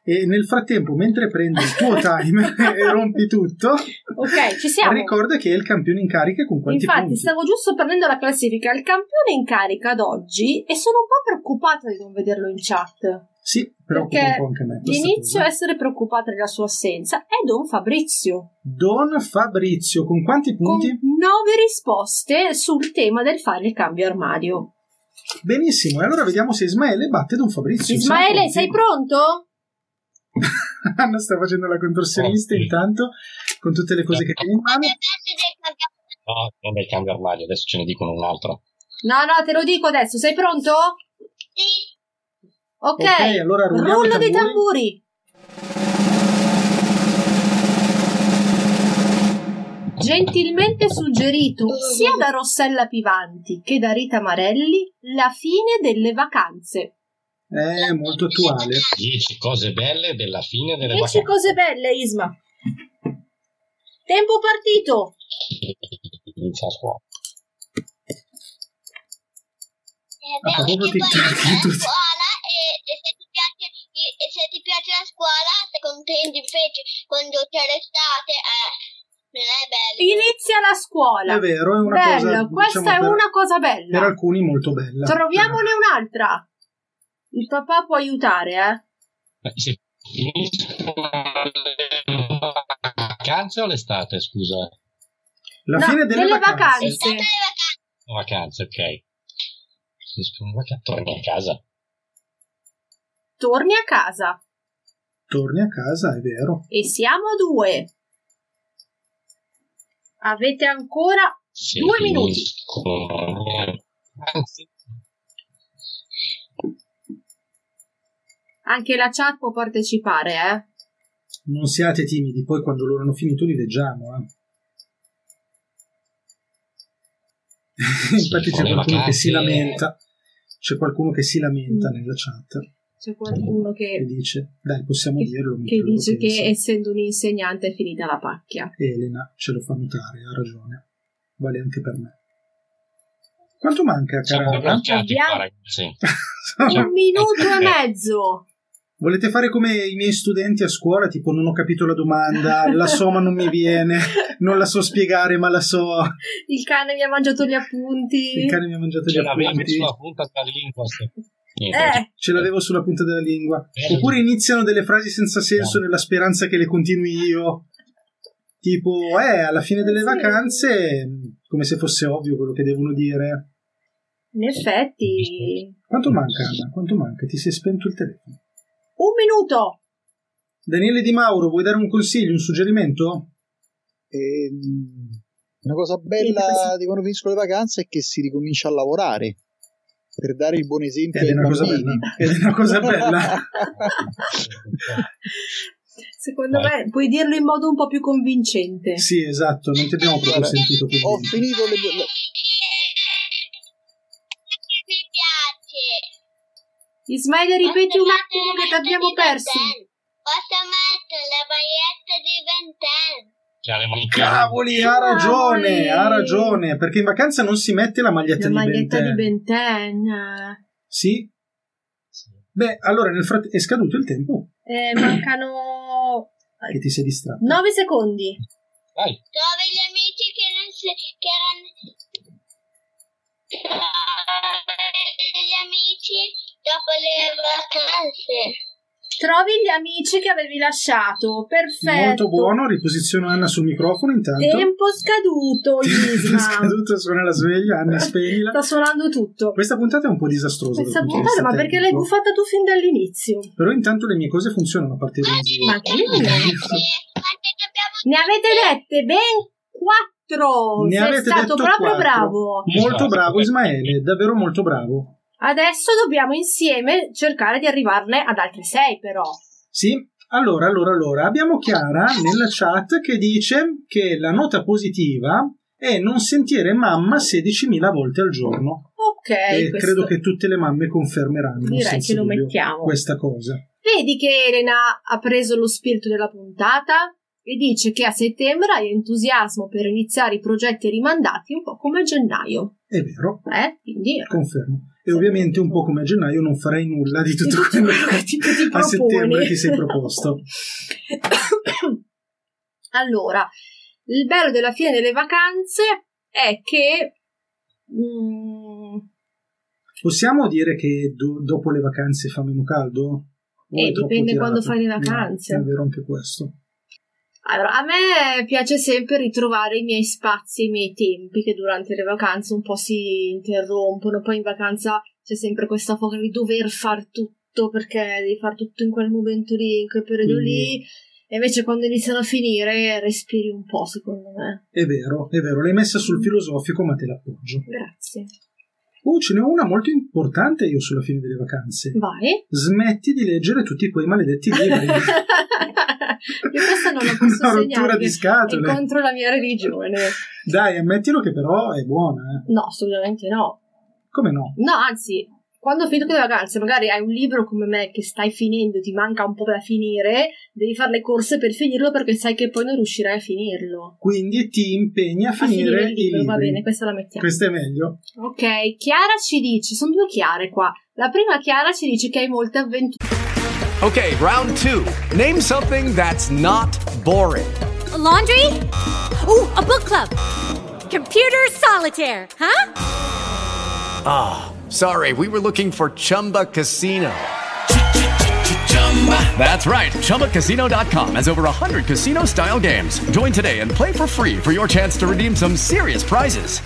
F: E nel frattempo, mentre prendi il tuo timer e rompi tutto,
D: Ok, ci siamo.
F: ricorda che è il campione in carica con quanti
D: Infatti,
F: punti.
D: stavo giusto prendendo la classifica. Il campione in carica ad oggi e sono un po' preoccupata di non vederlo in chat.
F: Sì, preoccupa un
D: Perché
F: po' anche me. questa
D: inizio a
F: cosa.
D: essere preoccupata della sua assenza. È Don Fabrizio.
F: Don Fabrizio, con quanti
D: Con
F: punti?
D: nove risposte sul tema del fare il cambio armadio.
F: Benissimo, e allora vediamo se Ismaele batte Don Fabrizio. Esatto,
D: Ismaele, sei pronto?
F: pronto? Anna sta facendo la contorsionista intanto, con tutte le cose che tiene in mano.
H: No, non è il cambio armadio, adesso ce ne dicono un'altra.
D: No, no, te lo dico adesso. Sei pronto? Sì. Ok,
F: Ok, allora rulliamo
D: rullo
F: i
D: dei tamburi. Gentilmente suggerito sia da Rossella Pivanti che da Rita Marelli la fine delle vacanze.
F: È molto attuale.
H: 10 cose belle della fine delle
D: 10
H: vacanze.
D: cose belle, Isma. Tempo partito.
H: Inizia a scuola.
E: Eh,
F: Ah, proprio ti- tutti.
E: scuola e, e se ti piace, e se ti piace la scuola sei contento invece quando c'è l'estate eh, non è bello
D: Inizia la scuola.
F: È vero, è una
D: Bello,
F: cosa, diciamo,
D: questa è
F: per-
D: una cosa bella.
F: Per alcuni molto bella.
D: Troviamone un'altra. Il papà può aiutare, eh?
H: Si finiscono le vacanze o l'estate, scusa?
F: La
D: No,
F: fine delle,
D: delle
F: vacanze.
D: vacanze.
H: Vacanze, ok. Finiscono le vacanze, torni a casa.
D: Torni a casa
F: Torni a casa, è vero.
D: e siamo a due. Avete ancora
H: Si
D: due minuti.
H: finiscono le vacanze.
D: Anche la chat può partecipare, eh?
F: Non siate timidi, poi quando loro hanno finito li leggiamo. eh. Infatti c'è
H: con le
F: qualcuno che si
H: vacanze.
F: lamenta. C'è qualcuno che si lamenta nella chat
D: C'è qualcuno
F: e
D: Mm. che,
F: dice, dai, possiamo dirlo. mica
D: che
F: loro
D: dice che
F: pensano.
D: essendo un insegnante è finita la pacchia.
F: Elena ce lo fa notare, ha ragione. Vale anche per me. Quanto manca,
H: Siamo
F: cara? Anna?
H: bloccati qua,
D: Abbiamo-
H: ragazzi.
F: Ah, ecco.
D: Un minuto e mezzo.
F: Volete fare come i miei studenti a scuola, tipo non ho capito la domanda, la so ma non mi viene, non la so spiegare ma la so.
D: Il cane mi ha mangiato gli appunti.
F: Il cane mi ha mangiato gli
H: Ce Cioè, l'avevi
F: Cioè, appunti.
H: sulla punta della lingua. se- Niente,
D: Eh,
F: Ce l'avevo sulla punta della lingua. Oppure iniziano delle frasi senza senso nella speranza che le continui io. Tipo, eh, alla fine delle
D: Sì.
F: vacanze, mm, come se fosse ovvio quello che devono dire.
D: in effetti.
F: Quanto manca, Anna? Quanto manca? Ti sei spento il telefono.
D: Un minuto.
F: Daniele Di Mauro, vuoi dare un consiglio, un suggerimento?
G: Ehm, una cosa bella di quando finiscono le vacanze è che si ricomincia a lavorare per dare il buon esempio
F: Ed è
G: ai
F: una cosa
G: bambini.
F: bella. Ed è una cosa bella.
D: Secondo me puoi dirlo in modo un po' più convincente.
F: Sì, esatto, non ti abbiamo proprio
G: Vabbè,
F: sentito. quindi.
G: Ho finito le, le-
E: mi piace
D: Ismaele, ripeti
E: Ho
D: un
E: trovato
D: attimo
E: la
D: che ti abbiamo
E: maglietta di
D: persi.
E: Ben 10. ho messo la maglietta di Benten
H: che ha Cioè, le mani
F: Cavoli, ha ragione, ha ragione, perché in vacanza non si mette la
D: La
F: maglietta di
D: maglietta di
F: Benten.
D: Benten.
F: Sì? Beh, allora nel frattempo è scaduto il tempo
D: Eh, mancano
F: che ti sei distratto.
D: 9 secondi.
H: Dai,
E: dove gli amici che, non si, che erano Trovo gli amici dopo le vacanze
D: Trovi gli amici che avevi lasciato. Perfetto.
F: Molto buono, riposiziono Anna sul microfono intanto.
D: Tempo scaduto,
F: È
D: Isma.
F: scaduto, suona la sveglia, Anna spegnila.
D: Sta suonando tutto.
F: Questa puntata è un po' disastrosa. dal
D: Questa
F: punto di
D: puntata, ma
F: vista
D: perché l'hai
F: tecnico,
D: buffata tu fin dall'inizio? Ah,
F: Però intanto le mie cose funzionano a partire da zero.
D: Ma che Ne avete dette ben quattro.
F: Ne
D: Sei
F: avete
D: stato
F: detto
D: proprio
F: quattro.
D: bravo.
F: Molto bravo Ismaele, davvero molto bravo.
D: Adesso dobbiamo insieme cercare di arrivarne ad altre sei, però.
F: Sì, allora, allora, allora, abbiamo Chiara nella chat che dice che la nota positiva è non sentire mamma 16.000 volte al giorno.
D: Ok.
F: e
D: Eh, questo-
F: Eh, credo che tutte le mamme confermeranno
D: Direi
F: senza
D: che lo
F: dubbio,
D: mettiamo.
F: questa cosa.
D: Vedi che Elena ha preso lo spirito della puntata e dice che a settembre hai entusiasmo per iniziare i progetti rimandati un po' come a gennaio.
F: È vero,
D: Eh? Quindi
F: confermo. E ovviamente un po' come a gennaio non farei nulla di tutto quello che
D: ti, che ti
F: a settembre
D: proponi.
F: ti sei proposto.
D: Allora, il bello della fine delle vacanze è che mm,
F: Possiamo dire che do- dopo le vacanze fa meno caldo? O
D: Eh,
F: è troppo
D: dipende quando
F: tirato?
D: fai le
F: No,
D: vacanze.
F: è vero anche questo.
D: Allora, a me eh, piace sempre ritrovare i miei spazi e i miei tempi che durante le vacanze un po' si interrompono. Poi in vacanza c'è sempre questa foga di dover far tutto perché devi far tutto in quel momento lì, in quel periodo
F: Mm-hmm.
D: lì. E invece quando iniziano a finire respiri un po', secondo me.
F: È vero, è vero. L'hai messa sul filosofico, ma te l'appoggio.
D: Grazie.
F: Oh, ce n'è una molto importante io sulla fine delle vacanze.
D: Vai.
F: Smetti di leggere tutti quei maledetti libri.
D: Io questa non la posso
F: Una rottura
D: segnare.
F: di
D: perché
F: scatole.
D: È contro la mia religione.
F: Dai, ammettilo che però è buona. eh.
D: No, assolutamente no.
F: Come no?
D: No, anzi, quando ho finito le vacanze, magari hai un libro come me che stai finendo, ti manca un po' da finire, devi fare le corse per finirlo perché sai che poi non riuscirai a finirlo.
F: Quindi ti impegni a,
D: A finire il
F: i
D: libro, va
F: libri.
D: bene, questa la mettiamo.
F: Questo è meglio.
D: Ok, Chiara ci dice, sono due Chiare qua. La prima Chiara ci dice che hai molte avventure.
L: Okay, round two. Name something that's not boring.
M: A laundry? Ooh, a book club. Computer solitaire, huh?
L: Ah, sorry, we were looking for Chumba Casino. That's right, ChumbaCasino.com has over 100 casino style games. Join today and play for free for your chance to redeem some serious prizes.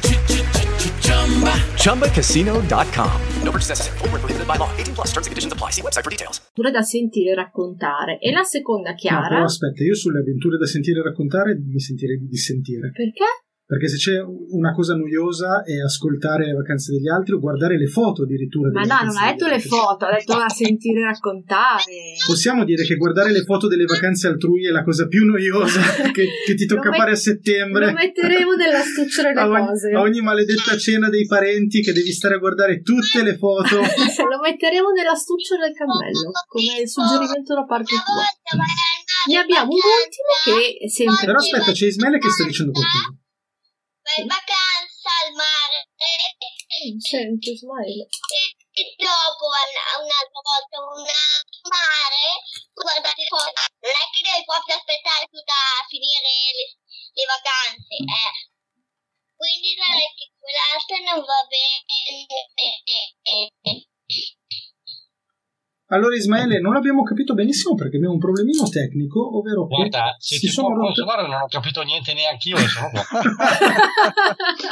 L: ChumbaCasino.com. No purchase necessary, forward prohibited by law, 18 plus terms and conditions apply. See website for details.
D: da sentire e raccontare. E la seconda
F: No,
D: Chiara.
F: però aspetta, io sulle avventure da sentire e raccontare mi sentirei di dissentire.
D: perché?
F: Perché se c'è una cosa noiosa è ascoltare le vacanze degli altri o guardare le foto addirittura.
D: Ma no,
F: delle
D: non
F: vacanze
D: ha
F: degli
D: detto le
F: altri.
D: foto, ha detto da sentire e raccontare.
F: Possiamo dire che guardare le foto delle vacanze altrui è la cosa più noiosa che, che ti tocca
D: Lo met-
F: fare a settembre.
D: Lo metteremo nella stuccia
F: a,
D: delle
F: ogni,
D: cose.
F: a ogni maledetta cena dei parenti che devi stare a guardare tutte le foto.
D: lo metteremo nell'astuccio del cammello come suggerimento da parte tua ne abbiamo un ultimo che è sempre
F: Però aspetta, c'è Ismaele che sta dicendo qualcosa.
E: Vai in vacanza al mare.
D: Senti, Ismaele.
E: E dopo una- un'altra volta un al mare. Guardate poi. Non è che devi proprio aspettare tutta a finire le, le vacanze.
F: Mm.
E: Eh. Quindi direi che quell'altra non va eh, bene.
F: Allora, Ismaele, non abbiamo capito benissimo perché abbiamo un problemino tecnico, ovvero che
H: Guarda, se
F: si
H: ti può
F: sono rotte.
H: consolare non ho capito niente neanche io, sono qua.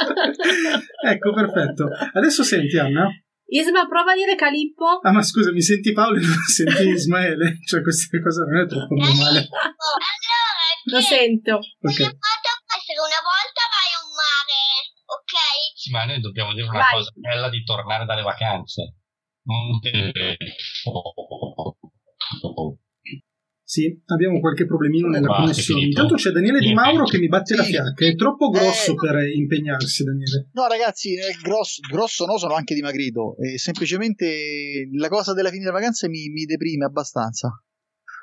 F: Ecco, perfetto. Adesso senti, Anna.
D: Isma prova a dire Calippo
F: Ah, ma scusa, mi senti Paolo e non senti Ismaele? Cioè, questa cosa non è troppo normale.
D: lo sento
F: Ok.
E: Può essere una volta vai a un mare, ok?
H: Sì, ma noi dobbiamo dire una
E: Vai.
H: cosa bella di tornare dalle vacanze. Mm. Un telefono.
F: Sì, abbiamo qualche problemino nella
H: Basta,
F: connessione.
H: Eh, finito.
F: Intanto c'è Daniele Di
H: Niente.
F: Mauro che mi batte la fiacca. È troppo
D: Eh,
F: grosso per impegnarsi, Daniele.
G: No, ragazzi, eh, grosso, grosso no, sono anche dimagrito. Eh, semplicemente la cosa della fine delle vacanze mi, mi deprime abbastanza.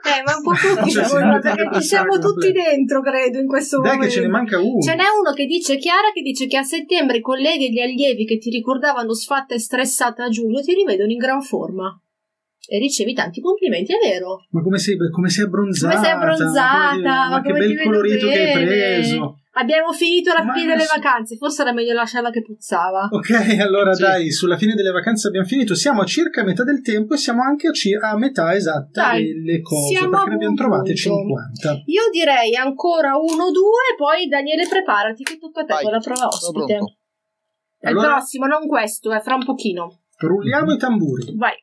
D: eh ma un po' tutti
G: Cioè,
D: siamo,
G: sì,
D: guarda che
G: sì,
D: ci siamo
G: sì,
D: tutti dentro credo in questo
G: Dai che
D: momento
G: ce ne manca uno.
D: ce n'è uno che dice Chiara che dice che a settembre i colleghi e gli allievi che ti ricordavano sfatta e stressata a giugno ti rivedono in gran forma e ricevi tanti complimenti è vero
F: Ma come sei, come sei abbronzata?
D: Come sei abbronzata,
F: Voglio dire,
D: ma,
F: Ma che
D: come ti
F: bel
D: vedo
F: colorito che hai
D: bene.
F: preso.
D: Abbiamo finito la
F: Ma
D: fine delle
F: adesso-
D: vacanze, forse era meglio lasciarla che puzzava.
F: Ok, allora dai, sulla fine delle vacanze abbiamo finito. Siamo a circa metà del tempo e siamo anche a, ci- a metà esatta
D: Dai,
F: delle cose
D: siamo a
F: perché ne abbiamo
D: buon
F: trovate
D: punto.
F: 50.
D: Io direi ancora uno, due, poi Daniele preparati che tocca a te con la prova ospite. È
F: Allora-
D: Il prossimo, non questo, è fra un pochino.
F: Rulliamo i tamburi.
D: Vai.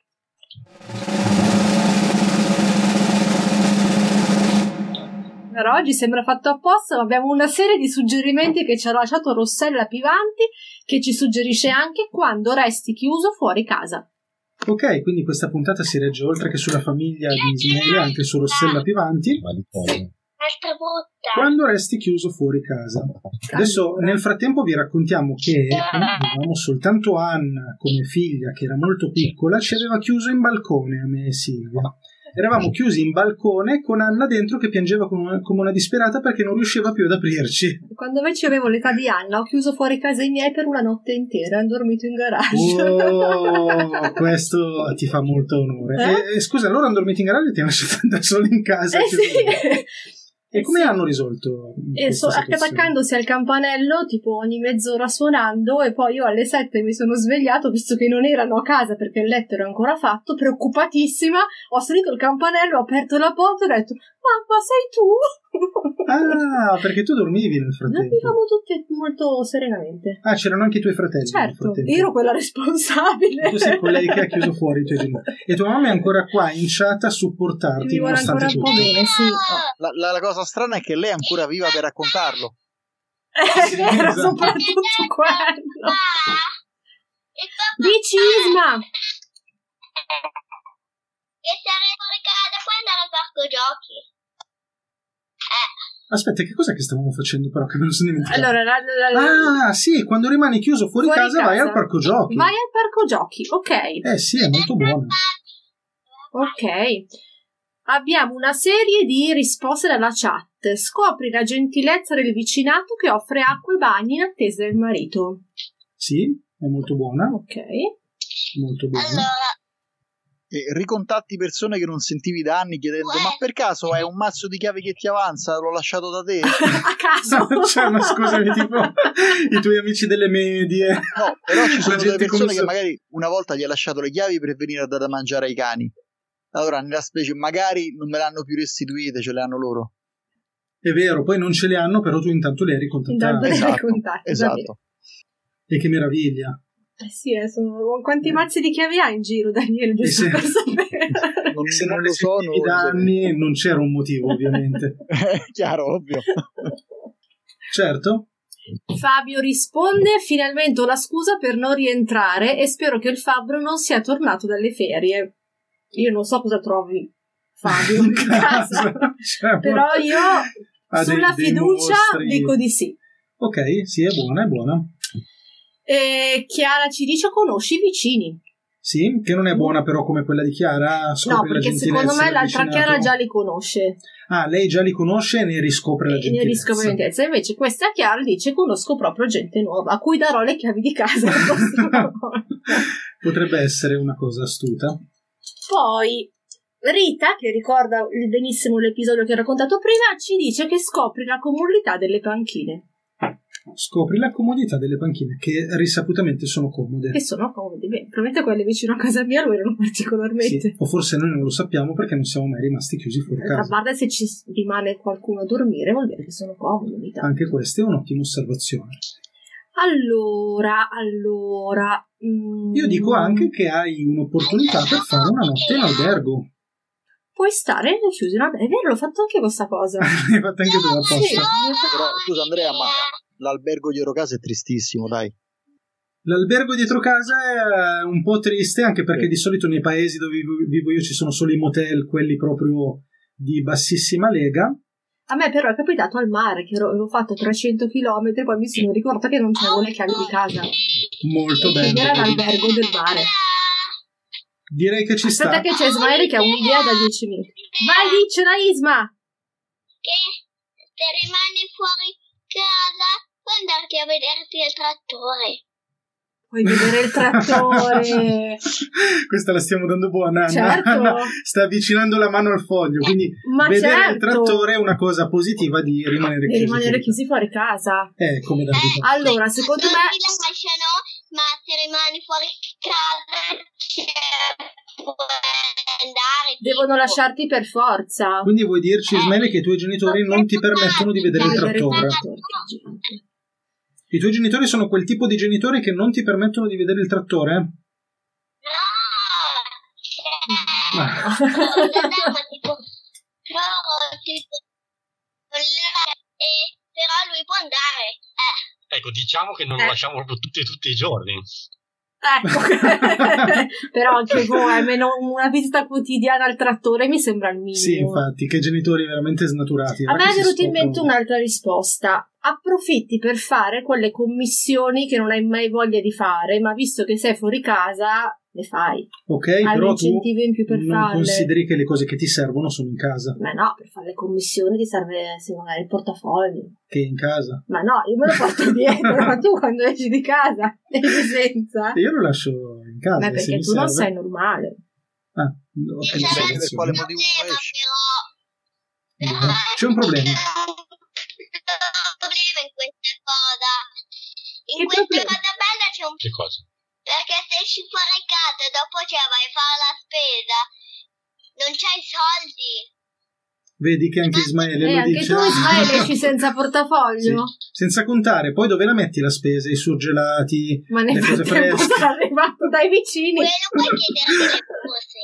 D: Però oggi sembra fatto apposta, ma abbiamo una serie di suggerimenti che ci ha lasciato Rossella Pivanti, che ci suggerisce anche quando resti chiuso fuori casa.
F: Ok, quindi questa puntata si regge oltre che sulla famiglia di Ismaele, anche su Rossella Pivanti.
E: Altra volta.
F: Quando resti chiuso fuori casa. Adesso, nel frattempo, vi raccontiamo che avevamo soltanto Anna come figlia, che era molto piccola, ci aveva chiuso in balcone a me e Silvia. Eravamo chiusi in balcone con Anna dentro che piangeva come una, come una disperata perché non riusciva più ad aprirci.
D: Quando invece avevo l'età di Anna, ho chiuso fuori casa i miei per una notte intera, ho dormito in garage.
F: Oh, questo ti fa molto onore.
D: Eh?
F: E- e scusa, loro hanno dormito in garage e ti hanno lasciato andare solo in casa.
D: Eh sì.
F: E come hanno risolto?
D: E Eh so-
F: questa situazione?
D: attaccandosi al campanello tipo ogni mezz'ora suonando e poi io alle sette mi sono svegliato visto che non erano a casa perché il letto era ancora fatto preoccupatissima ho salito il campanello ho aperto la porta e ho detto mamma sei tu
F: Ah, perché tu dormivi nel frattempo.
D: dormivamo tutti molto serenamente
F: Ah, c'erano anche i tuoi fratelli. nel
D: certo
F: frattempo.
D: ero quella responsabile
F: Tu sei quella che ha chiuso fuori i tuoi genitori. E tua mamma è ancora qua in chat a supportarti.
D: mi vuole
F: nonostante
D: ancora un
F: tutto.
D: po' bene Eh, sì oh.
G: La, la- la cosa strana è che lei è ancora viva per raccontarlo.
D: è vero
G: esatto.
D: soprattutto quello dici Isma
E: E sarei fuori casa puoi andare al parco giochi.
F: Aspetta, che cos'è che stavamo facendo però? Che me lo sono dimenticato.
D: allora la- la- la-
F: Ah, sì, quando rimani chiuso fuori, casa, vai al parco giochi.
D: Vai al parco giochi, ok.
F: Eh sì, è molto buono.
D: Ok. Abbiamo una serie di risposte dalla chat. Scopri la gentilezza del vicinato che offre acqua e bagni in attesa del marito.
F: Sì, è molto buona.
D: Ok.
F: Molto buona.
G: E ricontatti persone che non sentivi da anni chiedendo: Ma per caso hai un mazzo di chiavi che ti avanza? L'ho lasciato da te?
D: A caso.
F: cioè, ma scusami, tipo i tuoi amici delle medie.
G: No, però ci sono
F: La
G: delle
F: gente come
G: persone che
F: so-
G: magari una volta gli hai lasciato le chiavi per venire a dare da mangiare ai cani. Allora, nella specie, magari non me l'hanno più restituite, ce le hanno loro.
F: È vero, poi non ce le hanno, però tu intanto le hai
D: Intanto
F: ricontattate.
D: le hai Esatto, contattate, esatto. va bene.
F: E che meraviglia.
D: Eh sì, eh, sono- quanti mazzi di chiavi hai in giro, Daniele? Giusto
F: sì.
D: per sapere.
G: Esatto. Non, Eh,
F: Se non, le sentivi da anni non c'era un motivo, ovviamente.
G: Chiaro, ovvio.
F: Certo.
D: Fabio risponde: Finalmente ho la scusa per non rientrare e spero che il fabbro non sia tornato dalle ferie. Io non so cosa trovi, Fabio, in casa,
F: Cioè,
D: però io
F: Ha Ah, dei-
D: sulla
F: dei
D: fiducia
F: mostri.
D: dico di sì.
F: Ok, sì, è buona, è buona.
D: E Chiara ci dice: Conosci i vicini?
F: Sì, che non è buona però come quella di Chiara.
D: no,
F: scopre la
D: perché
F: gentilezza
D: secondo me
F: del
D: l'altra
F: vicinato.
D: Chiara già li conosce Eh,
F: Ah, lei già li conosce e ne riscopre la
D: e ne
F: gentilezza.
D: riscopre gentilezza. Invece, questa Chiara dice: Conosco proprio gente nuova a cui darò le chiavi di casa. la prossima volta."
F: Potrebbe essere una cosa astuta.
D: Poi Rita, che ricorda benissimo l'episodio che ho raccontato prima, ci dice che scopri la comodità delle panchine,
F: Scopri la comodità delle panchine, che risaputamente sono comode.
D: che sono comodi. Beh, probabilmente quelle vicino a casa mia lo erano particolarmente.
F: Sì, o forse noi non lo sappiamo perché non siamo mai rimasti chiusi fuori
D: A
F: casa.
D: guarda se ci rimane qualcuno a dormire, vuol dire che sono comodi. ogni tanto.
F: Anche questa è un'ottima osservazione.
D: Allora, allora. mm,
F: Io dico anche che hai un'opportunità per fare una notte in albergo.
D: Puoi stare chiuso. in albergo. È vero, l'ho fatto anche questa cosa.
F: L'hai fatta anche
E: eh,
F: tu
D: Ah, Sì.
F: apposta.
G: Però, scusa, Andrea, ma l'albergo di Eurocasa è tristissimo, dai.
F: L'albergo dietro casa è un po' triste anche perché di solito nei paesi dove vivo- vivo io ci sono solo i motel, quelli proprio di bassissima lega.
D: A me però è capitato al mare che ero- avevo fatto 300 km, poi mi sono ricordata Cioè, che non c'avevo le chiavi di casa.
F: Molto
D: Quindi era
F: bello.
D: l'albergo del mare.
F: Direi che ci
D: Aspetta
F: sta.
D: che c'è Ismaele che ha un'idea da 10 minuti. Vai, diccela Isma!
E: Che se rimani fuori casa puoi andarti a vederti il trattore.
D: Puoi vedere il trattore.
F: Questa la stiamo dando buona. Anna.
D: Certo.
F: Anna sta avvicinando la mano al foglio, quindi
D: Ma
F: vedere il
D: certo.
F: trattore è una cosa positiva di rimanere
D: Devi
F: chiusi.
D: rimanere chiusi fuori casa.
F: Eh, come da
D: Allora, secondo
E: Non ti
D: me...
E: lasciano, ma se rimani fuori casa cioè, puoi andare.
D: Devono lasciarti per forza.
F: Quindi vuoi
D: Ah.
F: dirci, Ismaele, che i tuoi genitori non ti permettono di vedere il trattore? I tuoi genitori sono quel tipo di genitori che non ti permettono di vedere il trattore?
E: No, no, ma tipo, no, tipo, Eh, però lui può andare. Eh,
H: Ecco, diciamo che non lo
E: Eh.
H: lasciamo proprio tutti, tutti i giorni.
D: Ecco, però anche voi, almeno una visita quotidiana al trattore mi sembra il minimo.
F: Sì, infatti, che genitori veramente snaturati.
D: A
F: Ora
D: me
F: che
D: è
F: si
D: venuta in
F: scoprono-
D: mente un'altra risposta. Approfitti per fare quelle commissioni che non hai mai voglia di fare, ma visto che sei fuori casa, le fai.
F: Ok,
D: Hai un
F: Eh, però tu
D: incentivo in più per
F: non
D: farle.
F: consideri che le cose che ti servono sono in casa.
D: Ma no, per fare le commissioni ti serve se magari il portafoglio.
F: Che in casa.
D: Ma no, io me lo porto dietro, ma tu quando esci di casa esci senza.
F: E io lo lascio in casa.
D: Ma
F: Eh, se
D: perché
F: mi
D: tu non
F: serve.
D: sei normale.
F: Ah, no,
E: C'è
F: penso
E: un
F: che sia.
G: quale motivo non esci?
F: C'è un problema.
E: problema in questa cosa. In
D: Che
E: questa
D: problema?
E: cosa bella c'è un
H: Che cosa?
E: perché se esci fuori casa e dopo c'è vai a fare la spesa, non c'hai soldi.
F: Vedi che anche Ismaele
D: E
F: lo
D: Eh, anche
F: dice.
D: tu, Ismaele, esci senza portafoglio?
F: Senza contare, poi dove la metti la spesa? I surgelati,
D: Ma
F: le
D: nel
F: cose
D: frattempo
F: fresche.
D: sono arrivato dai vicini.
E: Quello puoi chiedere delle cose.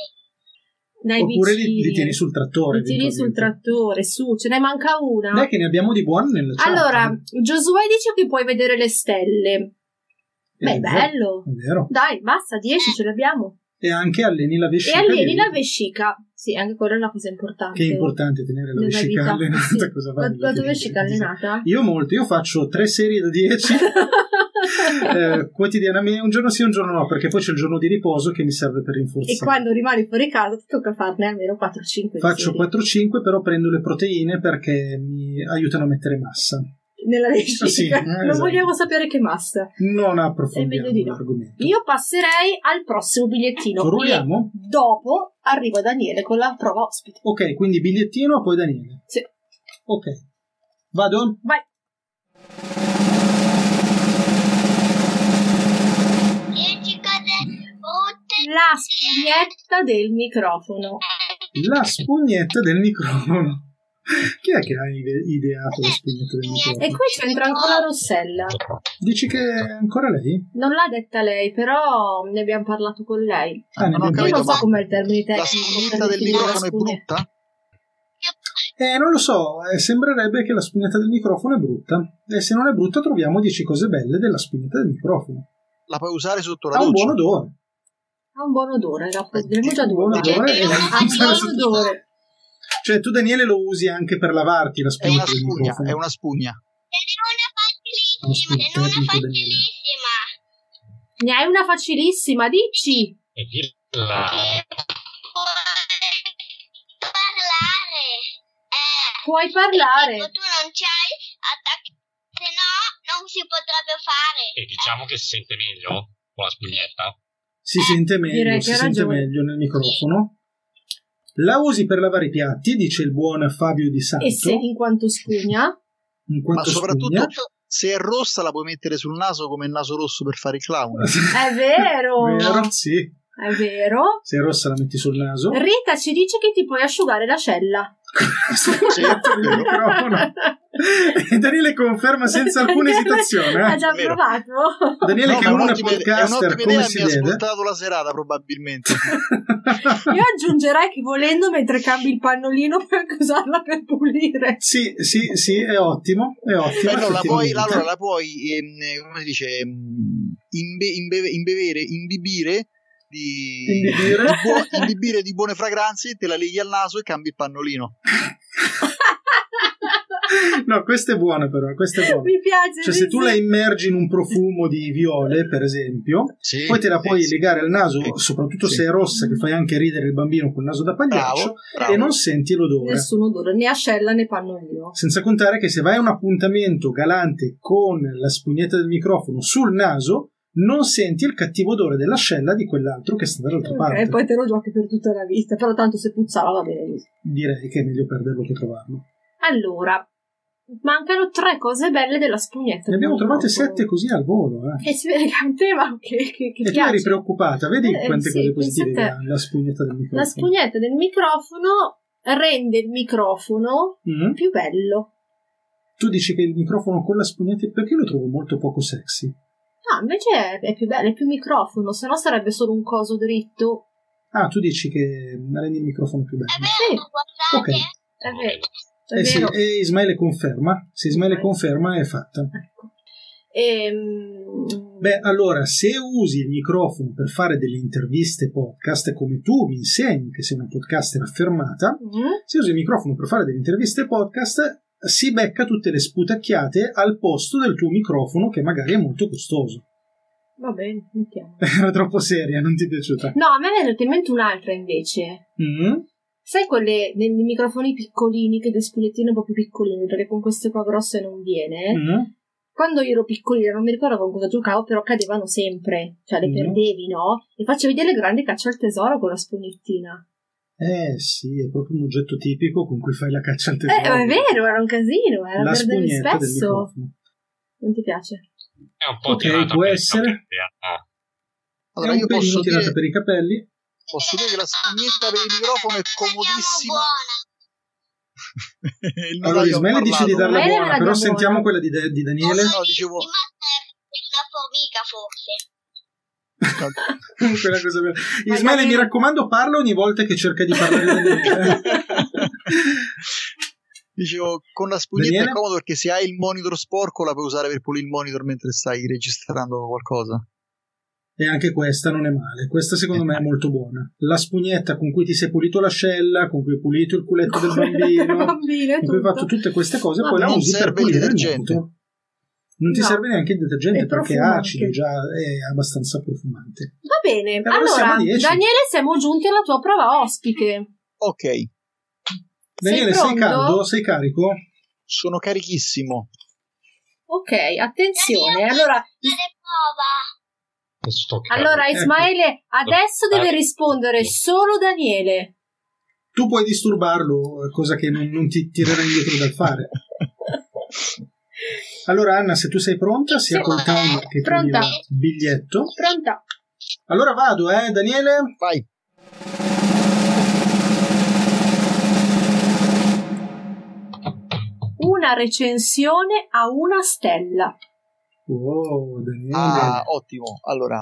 D: Dai
F: Oppure li,
D: vicini.
F: li tieni sul trattore.
D: Li tiri sul
F: eventualmente.
D: trattore, su, ce ne manca una.
F: Dai che ne abbiamo di buone nella chat. Eh,
D: Allora, Giosuè dice che puoi vedere le stelle. Beh,
F: Eh,
D: bello.
F: È vero.
D: Dai, basta, 10 ce l'abbiamo.
F: E anche alleni la
D: E
F: vescica.
D: alieni
F: vedi?
D: la vescica. Sì, anche quella è una cosa importante.
F: Che è importante tenere la
D: Nella
F: vescica
D: vita.
F: allenata.
D: Sì.
F: Cosa
D: La,
F: fai?
D: la tua vescica allenata?
F: Io molto, io faccio tre serie da 10 eh, quotidianamente, un giorno sì, un giorno no, perché poi c'è il giorno di riposo che mi serve per
D: E
F: rinforzare.
D: quando rimani fuori casa ti tocca farne almeno 4-5.
F: Faccio 4-5, però prendo le proteine perché mi aiutano a mettere massa.
D: Nella vescica.
F: Ah, sì, eh,
D: non
F: esatto.
D: vogliamo sapere che massa.
F: Non
D: È
F: approfondiamo
D: meglio di no.
F: l'argomento.
D: Io passerei al prossimo bigliettino.
F: Rulliamo?
D: E dopo arriva Daniele con la prova ospite.
F: Ok, quindi bigliettino, poi Daniele.
D: Sì.
F: Ok, vado?
D: Vai.
E: Dieci cose brutte.
D: La spugnetta del microfono.
F: La spugnetta del microfono. Chi è che ha ide- ideato la spugnetta del
D: E
F: microfono?
D: qui c'entra ancora Rossella.
F: Dici che è ancora lei?
D: Non l'ha detta lei, però ne abbiamo parlato con lei.
F: Ah, ne
G: non ho
F: abbiamo-
D: Io non so
G: capito, ma
D: com'è il termine tecnico.
G: la spugnetta
D: per
G: del
D: definire la
G: microfono è
D: spugnetta.
G: brutta?
F: Eh, non lo so, eh, sembrerebbe che la spugnetta del microfono è brutta. E se non è brutta troviamo 10 cose belle della spugnetta del microfono.
G: La puoi usare sotto la
F: Ha Ah, un buon
G: doccia?
F: odore.
D: Ha un buon odore, la
F: Eh,
D: abbiamo già
F: Un buon
D: due.
F: odore e la
D: Ha un
F: eh,
D: buon odore.
F: Cioè, tu Daniele lo usi anche per lavarti la
G: È una
F: spugnetta del
G: spugna,
F: microfono.
G: è una spugna.
E: Ce n'è una
F: Uno
E: facilissima, ce
F: spunto
E: n'è una
F: tecnico, Daniele.
E: facilissima.
D: Ne hai una facilissima, dici?
H: E dirla.
E: Parlare. Eh,
D: Puoi parlare.
E: tipo, tu non c'hai attacchi, se no non si potrebbe fare.
H: E diciamo che si sente meglio con la spugnetta.
F: Si sente meglio,
D: direi che
F: si
D: ha
F: sente
D: ragione.
F: meglio nel microfono. La usi per lavare i piatti, dice il buon Fabio Di Santo.
D: E se in quanto spugna?
F: in
G: Ma
F: quanto
G: soprattutto
F: spugna.
G: se è rossa la puoi mettere sul naso come il naso rosso per fare il clown.
D: È vero.
F: Vero? Sì.
D: È vero.
F: Se è rossa la metti sul naso.
D: Rita ci dice che ti puoi asciugare l'ascella.
F: Spugnetta del microfono. E Daniele conferma senza alcuna esitazione.
D: Ha
F: eh.
D: già
G: vero.
D: provato.
F: Daniele
G: No,
F: che
G: ma
F: è
G: è
F: una
G: un'ottima- è
F: podcaster
G: un'ottima
F: come
G: idea,
F: si
G: mi ha
F: vede.
G: svoltato la serata probabilmente.
D: Io aggiungerei che volendo mentre cambi il pannolino puoi anche usarla per pulire.
F: Sì, sì, sì, è ottimo, è ottimo.
G: Beh, no, la puoi,
F: effettivamente.
G: allora la puoi ehm, come si dice, ehm, imbe- imbe- imbevere, imbibire di,
F: Imbibire.
G: di buo- imbibire di buone fragranze, te la leghi al naso e cambi il pannolino.
F: No, questa è buona però, questa è buona.
D: Mi piace.
F: Cioè se
D: mi
F: tu
D: piace.
F: la immergi in un profumo di viole, per esempio,
G: Sì,
F: poi te la
G: sì,
F: puoi
G: sì.
F: legare al naso,
G: Sì.
F: soprattutto
G: Sì.
F: se è rossa, che fai anche ridere il bambino col naso da pagliaccio,
G: Bravo, bravo.
F: e non senti l'odore.
D: Nessun odore, né ascella né pannolino.
F: Senza contare che se vai a un appuntamento galante con la spugnetta del microfono sul naso, non senti il cattivo odore dell'ascella di quell'altro che sta dall'altra parte.
D: E Eh, poi te lo giochi per tutta la vita. Però tanto se puzzava va bene così.
F: Direi che è meglio perderlo che trovarlo.
D: Allora, mancano tre cose belle della spugnetta.
F: Ne abbiamo
D: del
F: trovate
D: microfono.
F: sette così al volo. Eh.
D: E si vede che è un tema che, che, che
F: E tu
D: piace.
F: eri preoccupata, vedi
D: Eh,
F: quante
D: sì,
F: cose positive
D: pensa a
F: ha la spugnetta del microfono.
D: La spugnetta del microfono rende il microfono
F: Mm?
D: più bello.
F: Tu dici che il microfono con la spugnetta perché lo trovo molto poco sexy.
D: No, invece è, è più bello, è più microfono, se no sarebbe solo un coso dritto.
F: Ah, tu dici che rendi il microfono più bello.
E: È vero, eh, guardate. eh.
F: Ok.
D: È vero. Eh È
F: Eh sì,
D: vero. Eh.
F: e Ismaele conferma. Se Ismaele conferma è fatta.
D: Ecco. Ehm,
F: Beh, allora, se usi il microfono per fare delle interviste podcast, come tu mi insegni che sei una podcaster affermata,
D: mm,
F: se usi il microfono per fare delle interviste podcast, si becca tutte le sputacchiate al posto del tuo microfono che magari è molto costoso.
D: va bene, mettiamo.
F: Era troppo seria, non ti è piaciuta?
D: No, a me mi è venuta in mente un'altra invece.
F: Mm?
D: Sai quelle dei dei microfoni piccolini, che del spulettino un po' più piccolino, perché con queste qua grosse non viene?
F: Mm?
D: Quando io ero piccolina non mi ricordo con cosa giocavo, però cadevano sempre, cioè le
F: Mm.
D: perdevi, no? E facevi delle grandi caccia al tesoro con la spugnettina.
F: Eh sì, è proprio un oggetto tipico con cui fai la caccia al
D: Eh,
F: tesoro.
D: ma è vero, era un casino, eh, la,
F: La
D: perdevi
F: spugnetta del
D: spesso.
F: microfono.
D: Non ti piace?
H: È un po'
F: Ok,
H: tirata
F: può
H: per i
F: essere.
H: capelli, ah.
G: Allora,
F: è un
G: io
F: pelino
G: posso
F: tirata
G: dire-
F: per i capelli.
G: Posso dire che la spugnetta per il microfono è comodissima. Il
F: Allora,
G: notaio ha
F: Ismaele dice di
G: parlato.
F: darla
D: Ismaele
F: buona,
D: la dà
F: però
D: buona.
F: sentiamo quella di, di Daniele.
G: No, dicevo,
E: una formica forse.
F: Quella cosa bella. Ismaele, mi raccomando, parla ogni volta che cerca di parlare. Daniele.
G: dicevo, con la spugnetta
F: Daniele?
G: è comodo perché se hai il monitor sporco la puoi usare per pulire il monitor mentre stai registrando qualcosa.
F: e anche questa non è male. Questa, secondo me, è molto buona. La spugnetta con cui ti sei pulito l'ascella, con cui hai pulito il culetto del bambino,
D: Bambino, è
F: con cui hai
D: tutto.
F: fatto tutte queste cose,
D: Ma
F: poi la
G: non
F: usi per
G: serve il
F: pulire il
G: detergente.
F: moto. Non ti
D: No.
F: serve neanche il detergente
D: È
F: perché è
D: profumante.
F: acido, già è abbastanza profumante.
D: Va bene,
F: allora
D: allora,
F: siamo a 10.
D: Daniele, siamo giunti alla tua prova ospite.
G: Ok,
F: Daniele, sei,
D: pronto?
F: caldo? Sei carico?
G: sono carichissimo.
D: Ok, attenzione. Allora,
E: Dale prova.
H: Sto cavolo.
D: allora Ismaele, adesso deve rispondere solo Daniele.
F: Tu puoi disturbarlo, cosa che non, non ti tirerà indietro dal fare. Allora, Anna, se tu sei pronta, sia
D: Sì.
F: col timer che con
D: Pronta.
F: il biglietto.
D: Pronta?
F: Allora vado, eh, Daniele?
G: Vai.
D: Una recensione a una stella.
F: Wow, Daniele.
G: Ah, ottimo. Allora,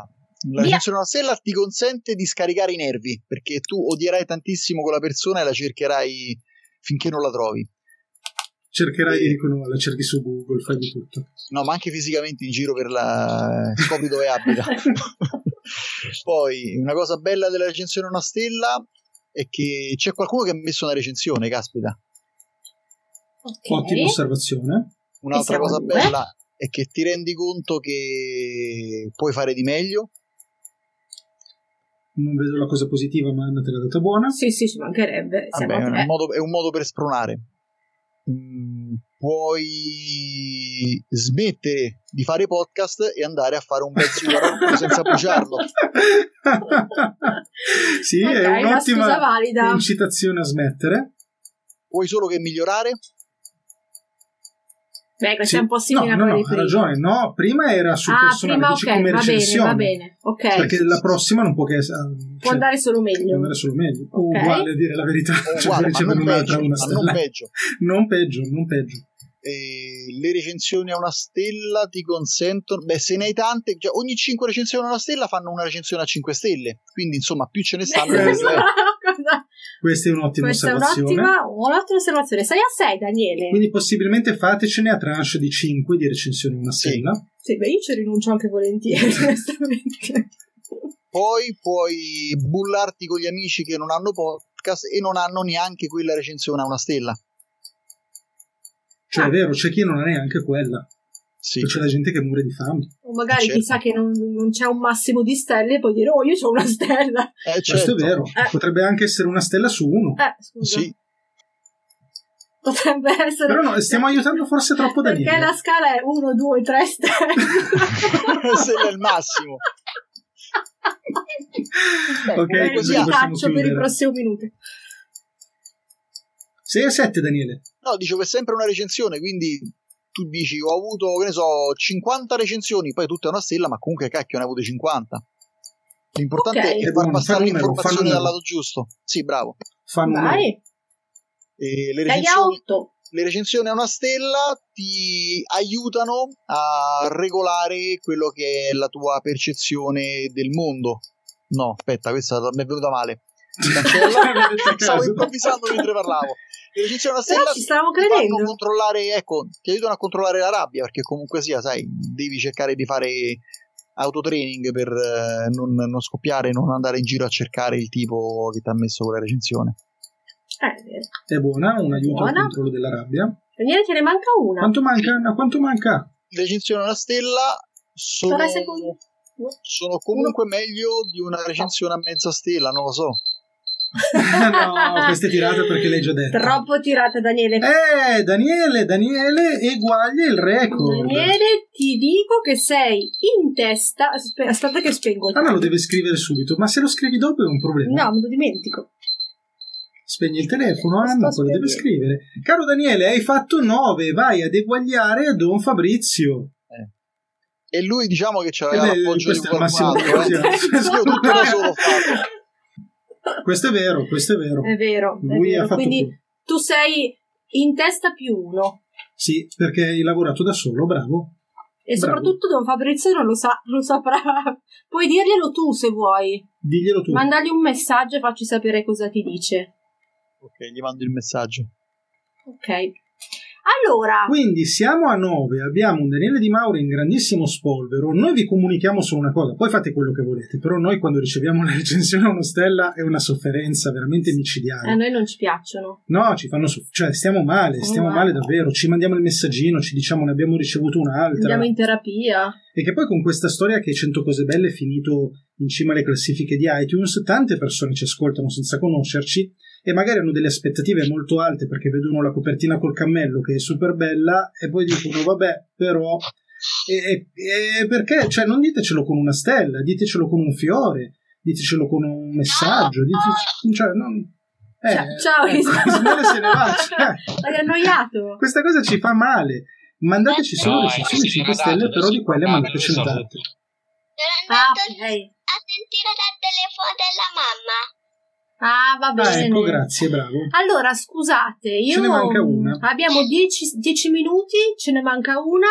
D: Via.
G: la recensione alla stella ti consente di scaricare i nervi perché tu odierai tantissimo quella persona e la cercherai finché non la trovi.
F: Cercherai di
G: Sì.
F: riconoscerla, cerchi su Google, fai di tutto.
G: No, ma anche fisicamente in giro per la... scopri dove abita. Poi, una cosa bella della recensione a una stella è che c'è qualcuno che ha messo una recensione, caspita.
D: Ok.
F: Ottima osservazione.
G: Un'altra
D: siamo
G: cosa
D: due.
G: bella è che ti rendi conto che puoi fare di meglio.
F: Non vedo la cosa positiva, ma Anna te l'ha data buona.
D: Sì, sì, ci mancherebbe. Siamo
G: Vabbè,
D: a
G: Ah è,
D: tre.
G: un modo, è un modo per spronare. Mm, puoi smettere di fare podcast e andare a fare un bel sigaro senza bruciarlo.
F: sì,
D: Ok,
F: è
D: una scusa
F: un'ottima
D: valida.
F: incitazione a smettere.
G: Puoi solo che migliorare.
D: Beh, questa
F: Sì.
D: è un po' simile
F: no,
D: a
F: no,
D: quella
F: no,
D: di
F: ha
D: prima.
F: ragione. No, prima era sul
D: Ah,
F: personale,
D: prima
F: dice
D: ok,
F: come
D: va bene,
F: recensione. Cioè,
D: va bene. Ok,
F: Perché la prossima non può che cioè,
D: può andare solo
F: può
D: meglio.
F: andare solo meglio. O
D: Ok.
F: Uguale a dire la verità.
G: o
F: Cioè,
G: uguale,
F: puoi
G: Eh, ma
F: ricevere
G: non
F: un'altra
G: peggio,
F: una
G: ma non
F: stella.
G: peggio.
F: Non peggio, non peggio.
G: E le recensioni a una stella ti consentono, beh, se ne hai tante, già ogni 5 recensioni a una stella fanno una recensione a 5 stelle, quindi insomma, più ce ne stanno,
F: Eh,
G: meglio è.
D: Cosa-
F: Questa è un'ottima
D: Questa è
F: osservazione.
D: un'ottima, un'ottima osservazione. Sei a 6, Daniele.
F: Quindi possibilmente fatecene a tranche di 5 di recensioni una stella.
D: Sì, beh, io ci rinuncio anche volentieri, onestamente.
G: Poi puoi bullarti con gli amici che non hanno podcast e non hanno neanche quella recensione a una stella.
F: Cioè
D: Ah.
F: è vero, c'è chi non ha neanche quella.
G: Sì.
F: C'è la gente che muore di fame.
D: O magari
G: Certo.
D: chissà che non, non c'è un massimo di stelle e poi dire, oh, io ho una stella.
G: Eh,
F: Questo
G: certo.
F: è vero. Potrebbe anche essere una stella su uno.
D: Eh, scusa.
G: Sì.
D: Potrebbe essere...
F: Però no, stiamo aiutando forse troppo
D: Perché
F: Daniele.
D: la scala è 1, 2, 3 stelle.
G: Stella è il massimo.
F: Ok,
D: Bene,
F: così
D: mi
F: possiamo
D: taccio per il
F: chiudere.
D: prossimo minuto.
F: 6 a 7 Daniele.
G: No, dicevo, è sempre una recensione, quindi tu dici ho avuto, che ne so, 50 recensioni, poi tutte a una stella, ma comunque cacchio ne ho avute 50. L'importante
D: Ok.
G: è
F: È
G: far
F: buono, fa
G: passare
F: numero, fa
G: l'informazione
F: numero.
G: dal lato giusto. Sì, bravo.
F: Fanno male.
D: Vai,
G: E le,
D: dai a
G: recensioni,
D: 8.
G: le recensioni a una stella ti aiutano a regolare quello che è la tua percezione del mondo. No, aspetta, questa mi è venuta male. Stavo improvvisando mentre parlavo. Le recensioni alla
D: Esatto. Però
G: stella
D: ci stavo
G: ti fanno
D: credendo.
G: controllare, ecco, ti aiutano a controllare la rabbia, perché comunque sia, sai, devi cercare di fare autotraining per eh, non, non scoppiare, non andare in giro a cercare il tipo che ti ha messo quella recensione.
D: Eh, è vero.
F: È buona, un aiuto
D: Buona.
F: al controllo della rabbia.
D: Daniele, te ne manca una.
F: Quanto manca, Anna? Quanto manca?
G: Le recensioni alla stella sono,
D: Tre secondi.
G: sono
D: Mm.
G: comunque meglio di una recensione a mezza stella, non lo so.
F: no, questa è tirata perché l'hai già detta.
D: Troppo tirata, Daniele.
F: Eh, Daniele, Daniele, eguaglia il record.
D: Daniele, ti dico che sei in testa. Aspe- Aspetta, che spengo. il
F: Anna Ah, lo deve scrivere subito, ma se lo scrivi dopo è un problema.
D: No, me lo dimentico.
F: Spegni il telefono, Anna, poi lo deve scrivere. Caro Daniele, hai fatto 9, vai ad eguagliare a Don Fabrizio.
G: E lui diciamo che c'era
F: Eh beh,
G: l'appoggio di
F: questo è il
G: qualcun
F: massimo
G: altro,
F: che
G: eh.
F: possiamo-
D: Esatto.
G: Io tutto da solo ho fatto.
F: Questo è vero, questo è vero.
D: È vero, è
F: Lui
D: vero.
F: ha fatto
D: Quindi
F: tutto.
D: tu sei in testa più uno.
F: Sì, perché hai lavorato da solo, bravo.
D: E
F: Bravo.
D: soprattutto Don Fabrizio non lo, sa, lo saprà. Puoi dirglielo tu se vuoi.
F: Diglielo tu.
D: Mandagli un messaggio e facci sapere cosa ti dice.
G: Ok, gli mando il messaggio.
D: Ok. Allora,
F: Quindi siamo a 9, abbiamo un Daniele Di Mauro in grandissimo spolvero. Noi vi comunichiamo solo una cosa, poi fate quello che volete. Però noi quando riceviamo la recensione a uno stella è una sofferenza veramente micidiale.
D: a Eh, noi non ci piacciono.
F: No, ci fanno so- cioè stiamo male, stiamo
D: Eh,
F: male
D: guarda.
F: davvero. Ci mandiamo il messaggino, ci diciamo ne abbiamo ricevuto un'altra.
D: Andiamo in terapia.
F: E che poi con questa storia che 100 cose belle è finito in cima alle classifiche di iTunes, tante persone ci ascoltano senza conoscerci e magari hanno delle aspettative molto alte perché vedono la copertina col cammello che è super bella e poi dicono vabbè però e, e- e perché? Cioè non ditecelo con una stella, ditecelo con un fiore, ditecelo con un messaggio, diteci- cioè, non- eh,
D: Ciao, ciao
F: ecco,
D: Isabella.
F: Isabella se ne va, cioè.
D: L'hai annoiato.
F: Questa cosa ci fa male. Mandateci solo
H: No,
F: recensioni
H: eh, sì,
F: 5
H: era
F: stelle,
H: dato,
F: però di quelle
H: adesso-
F: mandateci
H: adesso-
F: tante.
D: Ah, ok.
E: a sentire dal telefono della mamma.
D: Ah, va
F: Ah,
D: bene.
F: ecco, grazie, bravo.
D: Allora, scusate, io...
F: Ce ne manca una.
D: Abbiamo 10 10 minuti, ce ne manca una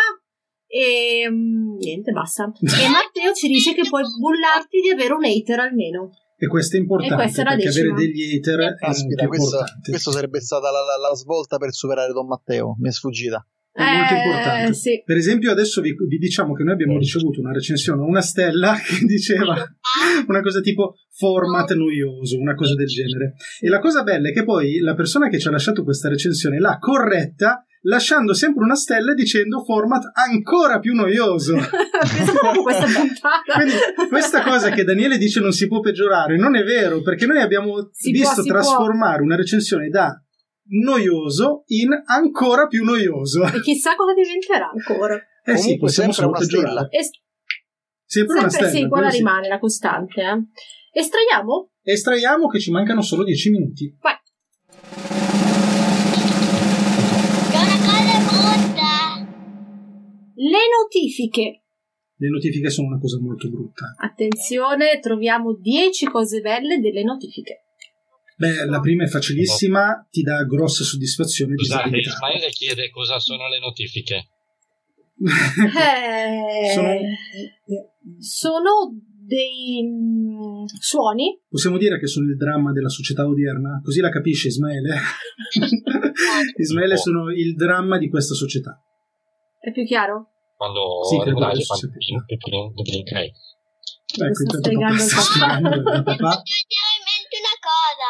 D: e mm, niente, basta. E Matteo ci dice che puoi bullarti di avere un hater almeno.
F: E questo è
D: E
F: importante,
D: questa è la
F: perché avere
D: decima. Eh,
F: degli hater è molto
G: Caspita, questa,
F: importante.
G: questa sarebbe stata la, la- la svolta per superare Don Matteo. Mi è sfuggita.
F: È molto
D: Eh,
F: importante.
D: sì.
F: Per esempio, adesso vi, vi diciamo che noi abbiamo ricevuto una recensione, a una stella che diceva una cosa tipo format noioso, una cosa del genere. E la cosa bella è che poi la persona che ci ha lasciato questa recensione l'ha corretta, lasciando sempre una stella e dicendo format ancora più noioso.
D: Pensavo proprio questa puntata.
F: Quindi questa cosa che Daniele dice non si può peggiorare non è vero perché noi abbiamo
D: Si può,
F: visto
D: si
F: trasformare una recensione da noioso in ancora più noioso.
D: E chissà cosa diventerà ancora.
F: Eh sì,
G: Comunque
F: possiamo
G: sempre
F: solo
G: una
F: peggiorare.
G: stella.
D: E-
F: Sempre, una
D: sempre
F: stella.
D: sì, quella
F: quello sì.
D: rimane la costante. Eh. Estraiamo?
F: Estraiamo che ci mancano solo 10 minuti.
D: Vai.
E: È una cosa brutta.
D: Le notifiche.
F: Le notifiche sono una cosa molto brutta.
D: Attenzione, troviamo 10 cose belle delle notifiche.
F: Beh, la prima è facilissima, ti dà grossa soddisfazione di
H: Scusate,
F: disabilità.
H: Ismaele chiede cosa sono le notifiche.
D: Eh,
F: Ecco. Sono-
D: sono dei mm, suoni.
F: Possiamo dire che sono il dramma della società odierna? Così la capisce Ismaele. Ismaele sono il dramma di questa società.
D: È più chiaro?
H: Quando
F: Sì, credo
H: arriverai,
F: adesso
H: fanno
F: sia
H: pipin, pipin, pipin, ok.
D: Lo
F: Ecco,
D: sto
F: intanto papà
D: spiegando
F: sta
D: il papà.
F: spiegando il papà.
E: Mi viene in mente una cosa.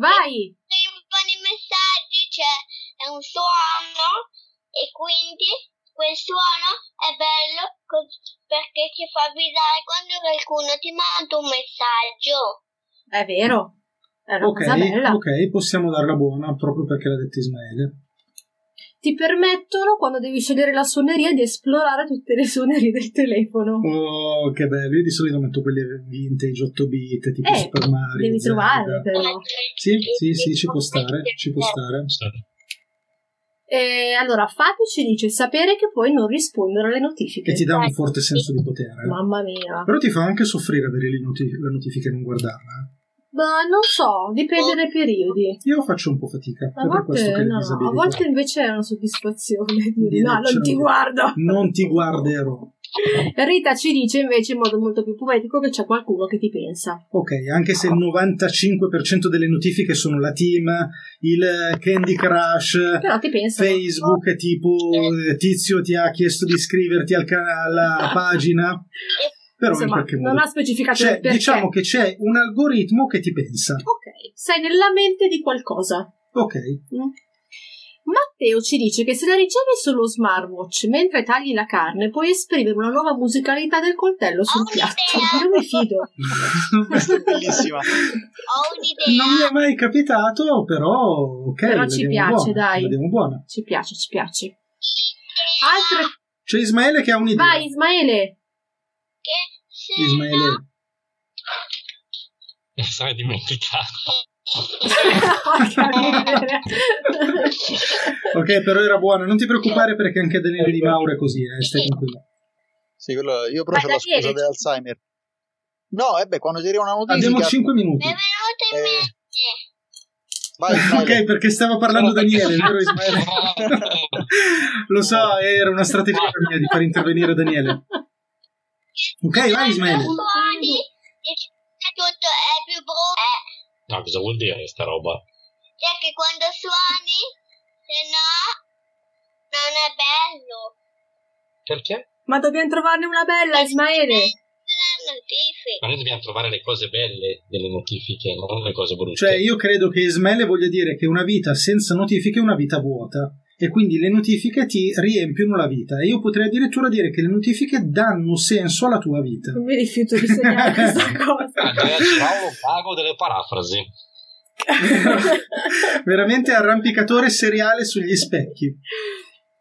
D: Vai!
E: arrivano i messaggi, c'è è un suono e quindi quel suono è bello co- perché ci fa avvisare quando qualcuno ti manda un messaggio.
D: È vero. È una cosa
F: Ok,
D: bella.
F: ok, possiamo darla buona proprio perché l'ha detto Ismaele.
D: Ti permettono, quando devi scegliere la suoneria, di esplorare tutte le suonerie del telefono.
F: Oh, che bello. Io di solito metto quelle vintage 8 bit, tipo
D: Eh,
F: Super Mario.
D: devi
F: Zelda.
D: trovarle però.
F: Eh, Sì, sì, sì, ci può stare, ci può stare.
D: E allora Fabio ci dice sapere che puoi non rispondere alle notifiche.
F: E ti dà un forte senso di potere.
D: Mamma mia.
F: Però ti fa anche soffrire avere le noti- la notifica e non guardarla. eh.
D: Ma non so, dipende dai periodi.
F: Io faccio un po' fatica,
D: A
F: è per questo
D: volte,
F: che le
D: no, a
F: disabilità.
D: volte invece è una soddisfazione
F: Di
D: dire no, non
F: dircelo.
D: ti guardo.
F: Non ti guarderò.
D: Rita ci dice invece in modo molto più poetico che c'è qualcuno che ti pensa.
F: Ok, anche se il 95% delle notifiche sono la team, il Candy Crush,
D: Però ti pensa.
F: Facebook è tipo eh, tizio ti ha chiesto di iscriverti al can- alla pagina. Però in
D: Insomma,
F: qualche modo.
D: non ha specificato
F: C'è-
D: il perché.
F: Diciamo che c'è un algoritmo che ti pensa.
D: Ok, sei nella mente di qualcosa.
F: Ok.
D: Mm. Matteo ci dice che se la ricevi sullo smartwatch mentre tagli la carne puoi esprimere una nuova musicalità del coltello sul piatto. Non mi fido.
G: Questa è bellissima.
E: Ho un'idea.
F: Non mi è mai capitato, però ok.
D: Però
F: la
D: ci
F: diamo
D: piace,
F: buona,
D: dai.
F: la diamo buona.
D: Ci piace, ci piace. Altre...
F: C'è Ismaele che ha un'idea.
D: Vai Ismaele!
E: Che se
F: Ismaele.
H: Mi sarei dimenticato.
F: Ok, però era buona. Non ti preoccupare perché anche Daniele Di Mauro è così, eh, stai tranquillo.
G: Sì, quello- io però
F: Ma
G: c'ho la
F: Daniele,
G: scusa dell'Alzheimer. No, e beh, quando ti arriva una notifica...
F: Abbiamo 5 minuti.
G: eh, vai,
F: Ok, perché stava parlando Daniele, vero
D: Eh,
F: Ismaele? Lo so, era una strategia mia di far intervenire Daniele. Ok, vai Ismaele.
E: un po' di e tutto è più brutto. Eh,
H: No, cosa vuol dire sta roba?
E: cioè che quando suoni, se no, non è bello.
H: Perché?
D: Ma dobbiamo trovarne una bella, Ismaele!
E: La notifica.
H: Ma noi dobbiamo trovare le cose belle delle notifiche, non le cose brutte.
F: Cioè, io credo che Ismaele voglia dire che una vita senza notifiche è una vita vuota. E quindi le notifiche ti riempiono la vita. E io potrei addirittura dire che le notifiche danno senso alla tua vita.
D: Non mi rifiuto di segnare questa cosa.
H: Andrea Paolo pago delle parafrasi.
F: Veramente arrampicatore seriale sugli specchi.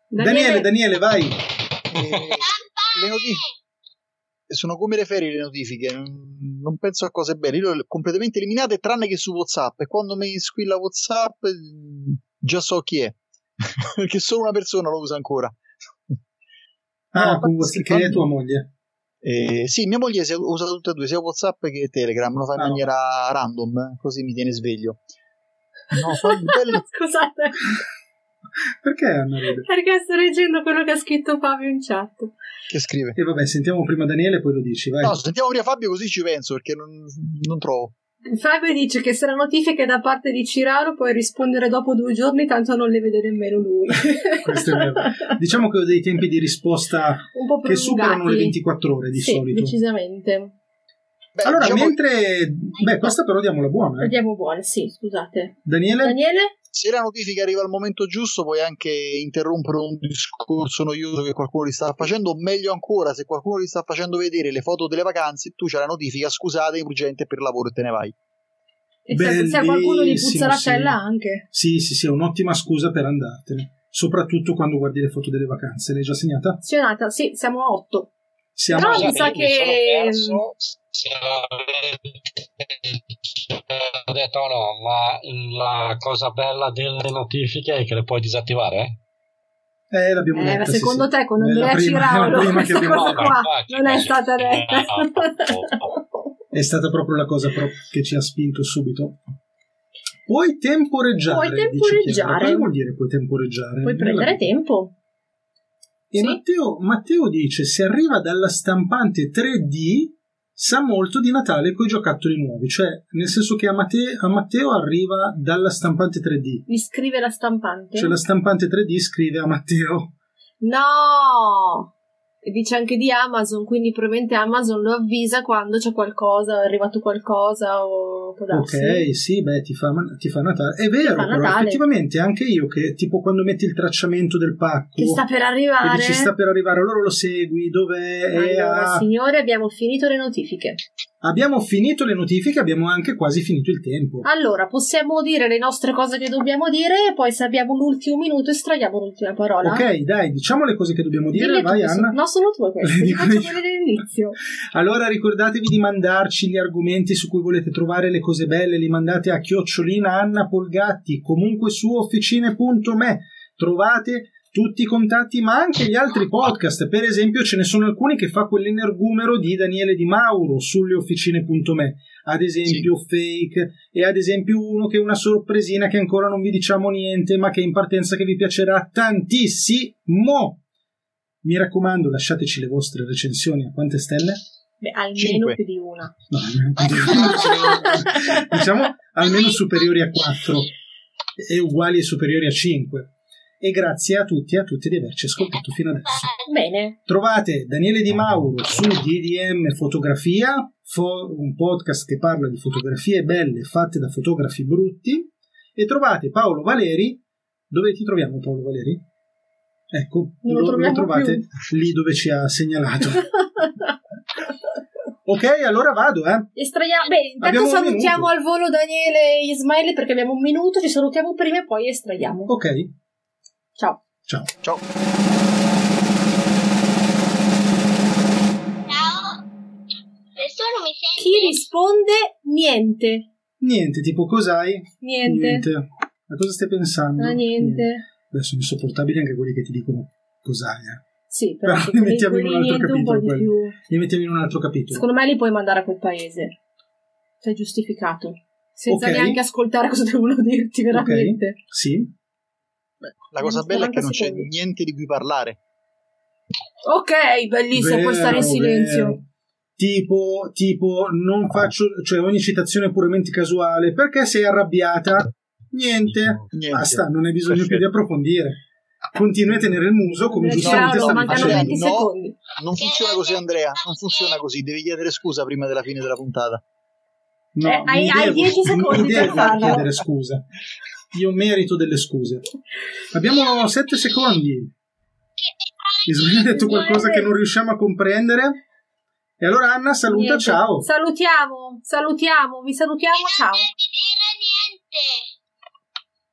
F: Daniele, Daniele, vai.
G: le notifiche Eh, sono come le ferie le notifiche non non penso a cose belle io le ho completamente eliminate tranne che su whatsapp e quando mi squilla whatsapp eh, già so chi è perché solo una persona lo usa ancora
F: Ah,
G: No,
F: con che
G: infatti,
F: è
G: quando-
F: tua moglie.
G: eh, sì mia moglie si usa tutte e due sia whatsapp che telegram lo fa in
F: Ah, no.
G: maniera random eh, così mi tiene sveglio no, quando- bello-
D: Scusate,
F: Perché Anna ride?
D: perché sto leggendo quello che ha scritto Fabio in chat.
G: che scrive
F: E vabbè, sentiamo prima Daniele, poi lo dici, vai.
G: no sentiamo prima Fabio così ci penso perché non, non trovo
D: Fabio dice che se la notifica è da parte di Cirano puoi rispondere dopo due giorni, tanto non le vede nemmeno lui.
F: Questo è vero. Diciamo che ho dei tempi di risposta
D: Un po'
F: che superano
D: prolungati.
F: le 24 ore di
D: sì,
F: solito.
D: decisamente.
G: Beh,
F: allora,
G: diciamo-
F: mentre... Beh, questa però diamola buona. eh.
D: Vediamo buone, sì, scusate.
F: Daniele?
D: Daniele?
G: se la notifica arriva al momento giusto puoi anche interrompere un discorso noioso che qualcuno gli sta facendo o meglio ancora se qualcuno gli sta facendo vedere le foto delle vacanze tu c'hai la notifica scusate è urgente per lavoro e te ne vai
D: E se- se a qualcuno gli puzza la
F: Bellissimo, sì.
D: cella anche.
F: Sì, sì, sì, è un'ottima scusa per andartene. Soprattutto quando guardi le foto delle vacanze. L'hai già segnata?
D: Azionata, sì, siamo a 8.
F: Siamo
D: Però
F: a-
D: mi sa
H: Io mi sono
D: che...
H: perso se l'avete- ho detto o no, ma la cosa bella delle notifiche è che le puoi disattivare? eh?
F: Eh, l'abbiamo
D: Eh,
F: letta,
D: ma
F: sì,
D: secondo
F: sì.
D: te con
F: È la
D: Andrea
F: prima- è la
D: Cirano
F: prima che
D: questa
F: abbiamo
D: cosa
F: fatto.
D: qua non è stata detta?
F: È stata proprio la cosa pro- che ci ha spinto subito. Puoi temporeggiare.
D: Puoi
F: dice
D: temporeggiare.
F: Chiara. Cosa vuol dire puoi temporeggiare?
D: Puoi prendere tempo.
F: tempo. E Matteo, Matteo dice: Se arriva dalla stampante 3D, sa molto di Natale con i giocattoli nuovi. Cioè, nel senso che a, Mate- a Matteo arriva dalla stampante 3D.
D: Mi scrive la stampante.
F: Cioè, la stampante 3D scrive a Matteo.
D: No! E Dice anche di Amazon, quindi probabilmente Amazon lo avvisa quando c'è qualcosa, è arrivato qualcosa o può darsi.
F: Ok, sì, beh, ti fa, ti fa Natale. È vero,
D: fa
F: però
D: Natale.
F: effettivamente anche io che tipo quando metti il tracciamento del pacco
D: Che sta per
F: e
D: arrivare.
F: dici sta per arrivare, allora lo segui, dov'è? È
D: Allora,
F: a-
D: signore, abbiamo finito le notifiche.
F: Abbiamo finito le notifiche, abbiamo anche quasi finito il tempo.
D: Allora, possiamo dire le nostre cose che dobbiamo dire e poi se abbiamo l'ultimo minuto estraiamo l'ultima parola.
F: Ok, dai, diciamo le cose che dobbiamo dire,
D: Dille
F: vai
D: tu,
F: Anna.
D: so- No, sono tue queste,
F: Le
D: ti
F: dico
D: faccio
F: io.
D: quelle dell'inizio.
F: Allora ricordatevi di mandarci gli argomenti su cui volete trovare le cose belle, li mandate a chiocciolina Anna Polgatti, comunque su officine.me trovate tutti i contatti ma anche gli altri podcast, per esempio ce ne sono alcuni che fa quell'energumero di Daniele Di Mauro sulle officine.me, ad esempio fake e ad esempio uno che è una sorpresina che ancora non vi diciamo niente ma che in partenza che vi piacerà tantissimo. Mi raccomando, lasciateci le vostre recensioni a quante stelle?
D: Beh, almeno
F: Cinque.
D: più di una.
F: No, almeno più di una. diciamo almeno superiori a 4 e uguali e superiori a 5. E grazie a tutti e a tutte di averci ascoltato fino adesso.
D: Bene,
F: Trovate Daniele Di Mauro su DDM Fotografia, fo- un podcast che parla di fotografie belle fatte da fotografi brutti. E trovate Paolo Valeri. Dove ti troviamo, Paolo Valeri? Ecco,
D: Non lo
F: lo,
D: troviamo
F: trovate lì dove ci ha segnalato. ok, allora vado, eh.
D: estraiamo. Beh, intanto
F: Abbiamo un
D: salutiamo
F: minuto.
D: al volo Daniele e Ismaele perché abbiamo un minuto, ci salutiamo prima e poi estraiamo.
F: Ok,
D: Ciao.
F: ciao.
G: Ciao.
E: Nessuno mi sente.
D: Chi risponde? Niente.
F: Niente, tipo cos'hai?
D: Niente.
F: Ma cosa stai pensando?
D: Ah, niente.
F: Beh, sono insopportabili anche quelli che ti dicono cos'hai. eh.
D: Sì, però,
F: Però
D: anche
F: li
D: quelli-
F: mettiamo in
D: quelli
F: un altro
D: niente un po'
F: capitolo.
D: di
F: quelli.
D: più.
F: Li mettiamo in un altro capitolo.
D: Secondo me li puoi mandare a quel paese. Sei giustificato. Senza
F: Ok.
D: neanche ascoltare cosa devono dirti
F: Ok,
D: veramente.
F: Sì.
G: La cosa bella è che non c'è niente di cui parlare.
D: Ok, bellissimo, puoi stare in
F: Vero,
D: silenzio.
F: vero. Tipo, tipo, non faccio, cioè ogni citazione è puramente casuale. Perché sei arrabbiata? Niente,
G: Niente.
F: basta, non hai bisogno più di
G: Perfetto.
F: approfondire. Continui a tenere il muso come
D: Grazie,
F: giustamente
D: Paolo,
F: stavi
D: mancano
F: facendo.
D: 20
G: Cioè,
D: secondi.
G: Non funziona così, Andrea. Non funziona così. Devi chiedere scusa prima della fine della puntata.
F: No,
D: Eh, hai-
F: mi
D: hai
F: devo-
D: 10 secondi
F: mi
D: per
F: devo
D: farlo.
F: chiedere scusa. Io merito delle scuse. Abbiamo 7 secondi. Ismaele ha detto qualcosa che non riusciamo a comprendere. E allora Anna saluta,
D: Niente.
F: ciao.
D: Salutiamo, salutiamo, vi salutiamo, ciao.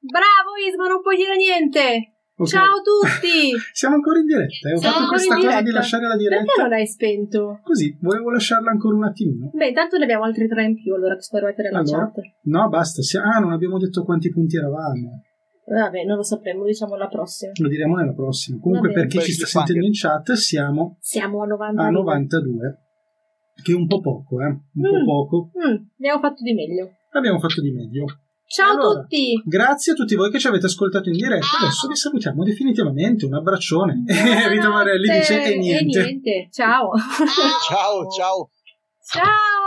D: Bravo Isma, non puoi dire niente.
F: Ok.
D: Ciao a tutti.
F: Siamo ancora in diretta. eh. Ho
D: Siamo
F: fatto
D: ancora
F: questa
D: in
F: cosa di
D: diretta.
F: lasciare la diretta.
D: Perché non hai spento?
F: Così, volevo lasciarla ancora un attimino.
D: Beh, intanto ne abbiamo altri tre in più, allora che spero di mettere nella
F: Allora,
D: chat.
F: Ah, no, basta. si- Ah, non abbiamo detto quanti punti eravamo.
D: Eh, Vabbè, non lo sapremo, diciamo la prossima.
F: Lo diremo nella prossima. Comunque,
D: Va
F: per
D: bene. Mm.
F: chi ci sta sentendo in chat, siamo
D: Siamo a 90.
F: a 92. Che è un po' poco, eh? Un
D: Mm.
F: po' poco.
D: Mm, abbiamo fatto di meglio.
F: Abbiamo fatto di meglio.
D: Ciao
F: Allora,
D: a tutti.
F: Grazie a tutti voi che ci avete ascoltato in diretta. Adesso vi salutiamo definitivamente. Un abbraccione. E Rita Marelli dice
D: Eh,
F: e niente.
D: Ciao.
G: Ciao, ciao.
D: ciao.